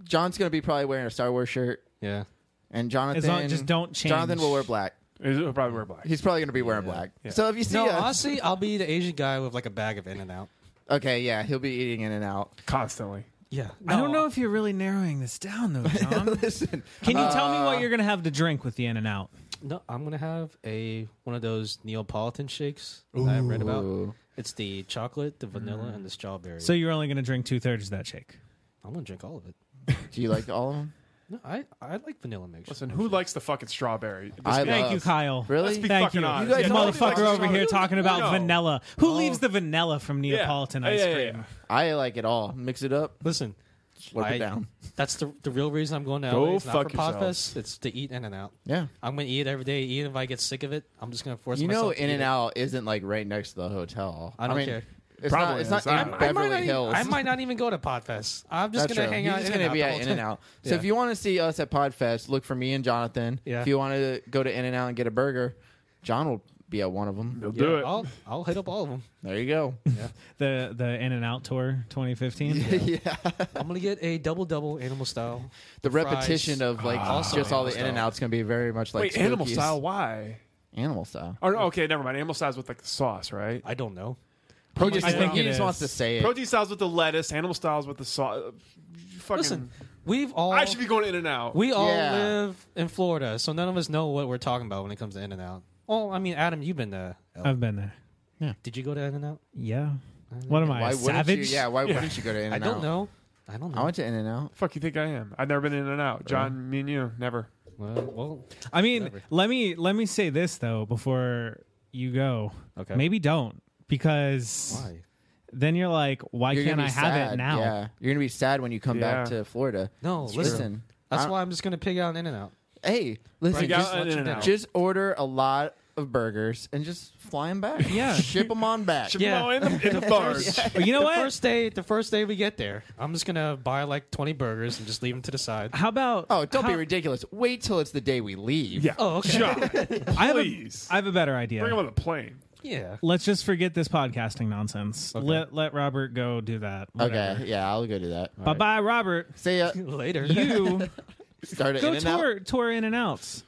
Speaker 5: John's gonna be probably wearing a Star Wars shirt,
Speaker 1: Yeah.
Speaker 5: and Jonathan
Speaker 3: As long- just don't change.
Speaker 5: Jonathan will wear black.
Speaker 4: He'll probably wear black.
Speaker 5: He's probably gonna be wearing black. So if you see
Speaker 1: No,
Speaker 5: us,
Speaker 1: honestly, I'll be the Asian guy with like a bag of In and Out.
Speaker 5: okay, yeah, he'll be eating in and out.
Speaker 4: Constantly.
Speaker 1: Yeah.
Speaker 3: I don't know if you're really narrowing this down though, John.
Speaker 5: Listen, uh,
Speaker 3: Can you tell me what you're gonna have to drink with the In and Out?
Speaker 1: No, I'm gonna have a one of those Neapolitan shakes that I read about.
Speaker 5: Ooh.
Speaker 1: It's the chocolate, the vanilla, and the strawberry.
Speaker 3: So you're only gonna drink two thirds of that shake.
Speaker 1: I'm gonna drink all of it.
Speaker 5: do you like all of them?
Speaker 1: No, I, I like vanilla mix.
Speaker 4: Listen, who likes the fucking strawberry? This-
Speaker 5: I
Speaker 3: Thank
Speaker 5: love-
Speaker 3: you, Kyle.
Speaker 5: Really?
Speaker 4: Let's be
Speaker 3: Thank
Speaker 4: fucking
Speaker 3: you.
Speaker 4: honest.
Speaker 5: You guys
Speaker 3: The
Speaker 5: don't like
Speaker 3: motherfucker
Speaker 5: the
Speaker 3: over here
Speaker 4: strawberry?
Speaker 3: talking about
Speaker 4: No.
Speaker 3: vanilla. Who leaves the vanilla from
Speaker 4: Yeah.
Speaker 3: Neapolitan
Speaker 4: Yeah,
Speaker 3: ice
Speaker 4: yeah, yeah.
Speaker 3: cream?
Speaker 5: I like it all. Mix it up,
Speaker 1: listen,
Speaker 5: slurp
Speaker 1: I-
Speaker 5: it down.
Speaker 1: That's the the real reason I'm going to
Speaker 4: Go
Speaker 1: LA. It's not
Speaker 4: fuck
Speaker 1: for
Speaker 4: yourself.
Speaker 1: Podfest. It's to eat In and Out.
Speaker 5: Yeah.
Speaker 1: I'm gonna eat it every day. Even if I get sick of it, I'm just gonna force
Speaker 5: You
Speaker 1: myself.
Speaker 5: know,
Speaker 1: to
Speaker 5: In
Speaker 1: eat
Speaker 5: and
Speaker 1: it.
Speaker 5: Out isn't like right next to the hotel.
Speaker 1: I don't
Speaker 5: mean,
Speaker 1: care.
Speaker 5: It's
Speaker 4: Probably
Speaker 5: not. It's not
Speaker 4: is. I
Speaker 5: in
Speaker 4: don't know.
Speaker 1: I might,
Speaker 5: Beverly
Speaker 1: not, e-
Speaker 5: Hills.
Speaker 1: I might not even go to Podfest. I'm just
Speaker 5: That's
Speaker 1: gonna
Speaker 5: true.
Speaker 1: hang
Speaker 5: You're
Speaker 1: out.
Speaker 5: just
Speaker 1: in
Speaker 5: gonna be at
Speaker 1: and
Speaker 5: In and Out. So if you want to see us at Podfest, look for me and Jonathan.
Speaker 1: Yeah.
Speaker 5: If you want to go to In and Out and get a burger, John will be at one of them.
Speaker 4: He'll do it.
Speaker 1: I'll I'll hit up all of them.
Speaker 5: There you go.
Speaker 3: The the In and Out tour 2015.
Speaker 5: yeah.
Speaker 1: I'm gonna get a double double animal style.
Speaker 5: the
Speaker 1: fries.
Speaker 5: repetition of like
Speaker 1: Also
Speaker 5: just all the
Speaker 1: animal
Speaker 5: in and outs going to be very much like
Speaker 4: Wait, animal
Speaker 5: Spookies.
Speaker 4: style? Why?
Speaker 5: Animal style.
Speaker 4: Oh, no, okay, never mind. Animal style's with like the sauce, right?
Speaker 1: I don't know.
Speaker 5: He just,
Speaker 3: I think
Speaker 5: he
Speaker 3: it
Speaker 5: just
Speaker 3: is.
Speaker 5: wants to say it.
Speaker 4: Protein style's with the lettuce. Animal style's with the sauce. Fucking.
Speaker 1: Listen, we've all
Speaker 4: I should be going in and out.
Speaker 1: we all
Speaker 5: Yeah.
Speaker 1: live in Florida, so none of us know what we're talking about when it comes to In and Out. Oh, I mean, Adam, you've been to.
Speaker 3: I've been there.
Speaker 1: Did you go to In and Out?
Speaker 3: Yeah. What am I, a
Speaker 5: why wouldn't
Speaker 3: savage?
Speaker 5: you? Yeah, why wouldn't you go to In and
Speaker 1: I
Speaker 5: Out?
Speaker 1: don't know. I don't know.
Speaker 5: I went to In and Out.
Speaker 4: Fuck you think I am? I've never been in and out. John, me and you, never.
Speaker 1: well, well,
Speaker 3: I mean, let me let me say this though before you go.
Speaker 1: Okay.
Speaker 3: Maybe don't because
Speaker 1: why?
Speaker 3: then you're like, why
Speaker 5: You're
Speaker 3: can't
Speaker 5: gonna
Speaker 3: I
Speaker 5: be
Speaker 3: have it
Speaker 5: sad.
Speaker 3: now?
Speaker 5: Yeah, you're gonna be sad when you come back
Speaker 4: Yeah.
Speaker 5: to Florida.
Speaker 1: No,
Speaker 5: It's
Speaker 1: listen.
Speaker 5: true.
Speaker 1: That's
Speaker 5: I-
Speaker 1: why I'm just gonna pig out In and Out.
Speaker 5: Hey, listen,
Speaker 4: Bring
Speaker 5: just,
Speaker 4: out an In-N-Out.
Speaker 5: just order a lot of burgers and just fly them back.
Speaker 3: Yeah.
Speaker 5: ship them on back.
Speaker 4: Should
Speaker 1: Yeah.
Speaker 4: yeah. in the, in the bars.
Speaker 3: Or you know
Speaker 1: the
Speaker 3: what?
Speaker 1: First day, the first day we get there, I'm just gonna buy like 20 burgers and just leave them to the side.
Speaker 3: How about
Speaker 5: Oh, don't be
Speaker 3: how-
Speaker 5: ridiculous. Wait till it's the day we leave.
Speaker 4: Yeah.
Speaker 1: Oh, okay.
Speaker 4: John,
Speaker 3: I have, a,
Speaker 4: please.
Speaker 3: I have a better idea.
Speaker 4: Bring him on the plane.
Speaker 1: Yeah.
Speaker 3: Let's just forget this podcasting nonsense. Let let Robert go do that.
Speaker 5: Okay. Yeah, I'll go do that.
Speaker 3: Bye bye, Robert.
Speaker 5: See ya.
Speaker 1: Later.
Speaker 3: You
Speaker 5: Start it
Speaker 3: go
Speaker 5: in and out.
Speaker 3: tour tour in and outs.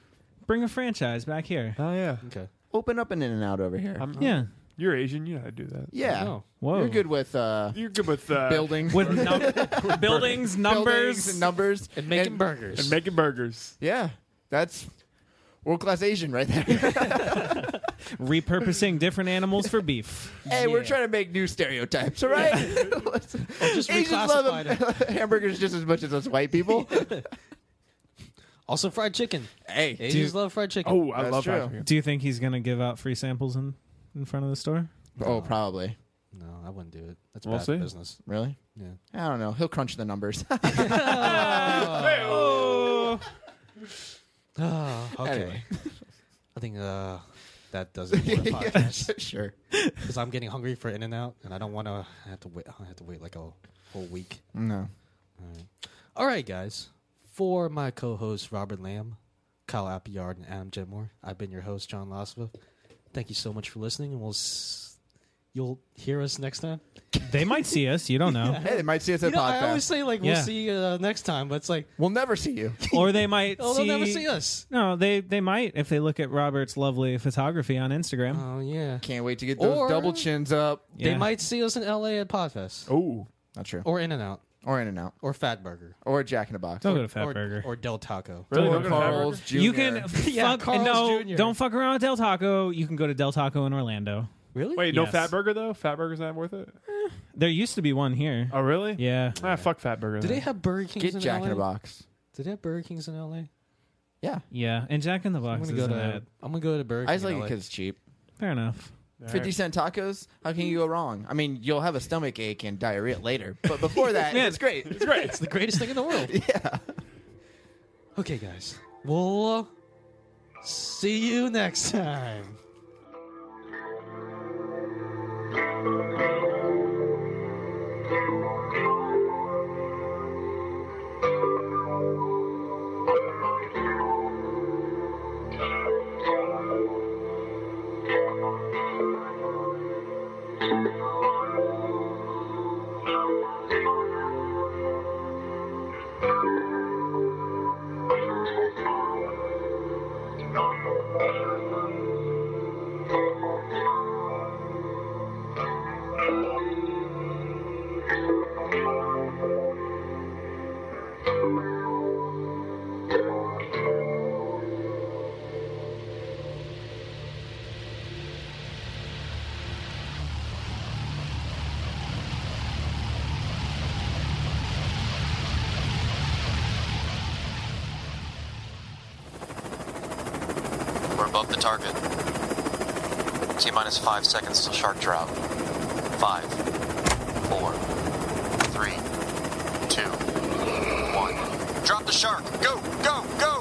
Speaker 3: Bring a franchise back here.
Speaker 4: Oh, yeah.
Speaker 1: Okay.
Speaker 5: Open up an in and out over here.
Speaker 4: I'm,
Speaker 3: Yeah.
Speaker 4: You're Asian. You know how to do that.
Speaker 5: yeah.
Speaker 1: No.
Speaker 3: Oh, Whoa.
Speaker 5: Uh-huh. You're good with uh,
Speaker 4: You're good with uh,
Speaker 5: building
Speaker 3: with num- buildings,
Speaker 5: buildings
Speaker 3: numbers,
Speaker 5: and numbers
Speaker 1: And making burgers.
Speaker 4: and making burgers.
Speaker 5: Yeah, that's world class Asian right there.
Speaker 3: repurposing different animals for beef.
Speaker 5: hey, we're trying to make new stereotypes, all right? Let's-
Speaker 1: just
Speaker 5: Asians love
Speaker 1: reclassified
Speaker 5: ham- hamburgers just as much as us white people.
Speaker 1: Also, fried chicken.
Speaker 5: Hey,
Speaker 1: Asians love fried chicken.
Speaker 4: Oh, I
Speaker 5: That's
Speaker 4: love
Speaker 5: true.
Speaker 4: ice cream.
Speaker 3: Do you think he's gonna give out free samples in in front of the store?
Speaker 5: Oh, probably.
Speaker 1: no, I wouldn't do it. That's
Speaker 4: We'll
Speaker 1: bad
Speaker 4: see.
Speaker 1: business.
Speaker 5: Really?
Speaker 1: Yeah.
Speaker 5: I don't know. He'll crunch the numbers.
Speaker 1: Ah, okay.
Speaker 5: Anyway.
Speaker 1: I think uh, that does it for the podcast
Speaker 5: sure.
Speaker 1: because I'm getting hungry for In and Out, and I don't want to have to wait. I have to wait like a whole week.
Speaker 5: No.
Speaker 1: All right, guys. For my co-hosts Robert Lamb, Kyle Appleyard, and Adam Jetmore, I've been your host John Lasva. Thank you so much for listening, and we'll s- you'll hear us next time.
Speaker 3: They might see us. You don't know,
Speaker 5: Hey, they might see us at
Speaker 1: You know, I
Speaker 5: podcast.
Speaker 1: always say like
Speaker 3: Yeah.
Speaker 1: we'll see you uh, next time, but it's like
Speaker 5: We'll never see you.
Speaker 3: or they might.
Speaker 1: oh
Speaker 3: see,
Speaker 1: they'll never see us.
Speaker 3: No, they they might if they look at Robert's lovely photography on Instagram.
Speaker 1: Oh yeah.
Speaker 5: Can't wait to get those
Speaker 1: Or-
Speaker 5: double chins up.
Speaker 1: They
Speaker 3: Yeah.
Speaker 1: might see us in LA at Podfest
Speaker 4: Oh,
Speaker 5: Not true. Or,
Speaker 1: or In and Out
Speaker 5: In and Out.
Speaker 1: or Fat Burger
Speaker 5: Or Jack in a Box.
Speaker 3: don't go to Fat
Speaker 1: or,
Speaker 3: Burger.
Speaker 1: or Del Taco.
Speaker 4: really?
Speaker 5: or
Speaker 4: Don't go to Fatburger?
Speaker 5: Carl's Jr.
Speaker 3: You can
Speaker 1: Yeah,
Speaker 3: fuck
Speaker 1: Carl's
Speaker 3: no.
Speaker 1: Jr..
Speaker 3: Don't fuck around with Del Taco. You can go to Del Taco in Orlando.
Speaker 1: Really?
Speaker 4: Wait,
Speaker 3: Yes.
Speaker 4: no fat burger though. Fat burger's not worth it.
Speaker 3: There used to be one here.
Speaker 4: Oh, really?
Speaker 3: Yeah,
Speaker 4: Ah, fuck fat burger.
Speaker 1: Do
Speaker 4: then.
Speaker 1: they have Burger Kings
Speaker 5: get
Speaker 1: in
Speaker 5: Jack
Speaker 1: LA?
Speaker 5: in a Box.
Speaker 1: Do they have Burger Kings in LA?
Speaker 5: Yeah.
Speaker 3: yeah. And Jack in the
Speaker 1: I'm
Speaker 3: Box
Speaker 1: gonna
Speaker 3: isn't
Speaker 1: go to
Speaker 3: bad.
Speaker 1: I'm gonna go to Burger King.
Speaker 5: I just like
Speaker 1: in
Speaker 5: it
Speaker 1: LA.
Speaker 5: because it's cheap.
Speaker 3: Fair enough.
Speaker 4: All right.
Speaker 5: 50 cent tacos? How can you go wrong? I mean, you'll have a stomach ache and diarrhea later, but before that,
Speaker 3: Man.
Speaker 5: it's great.
Speaker 4: It's great.
Speaker 1: It's the greatest thing in the world. yeah. Okay, guys. We'll uh, see you next time.
Speaker 6: We're above the target. T minus five seconds till shark drop. Five, four, three, two, one. Drop the shark. Go, go, go!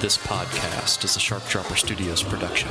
Speaker 6: This podcast is a Shark Dropper Studios production.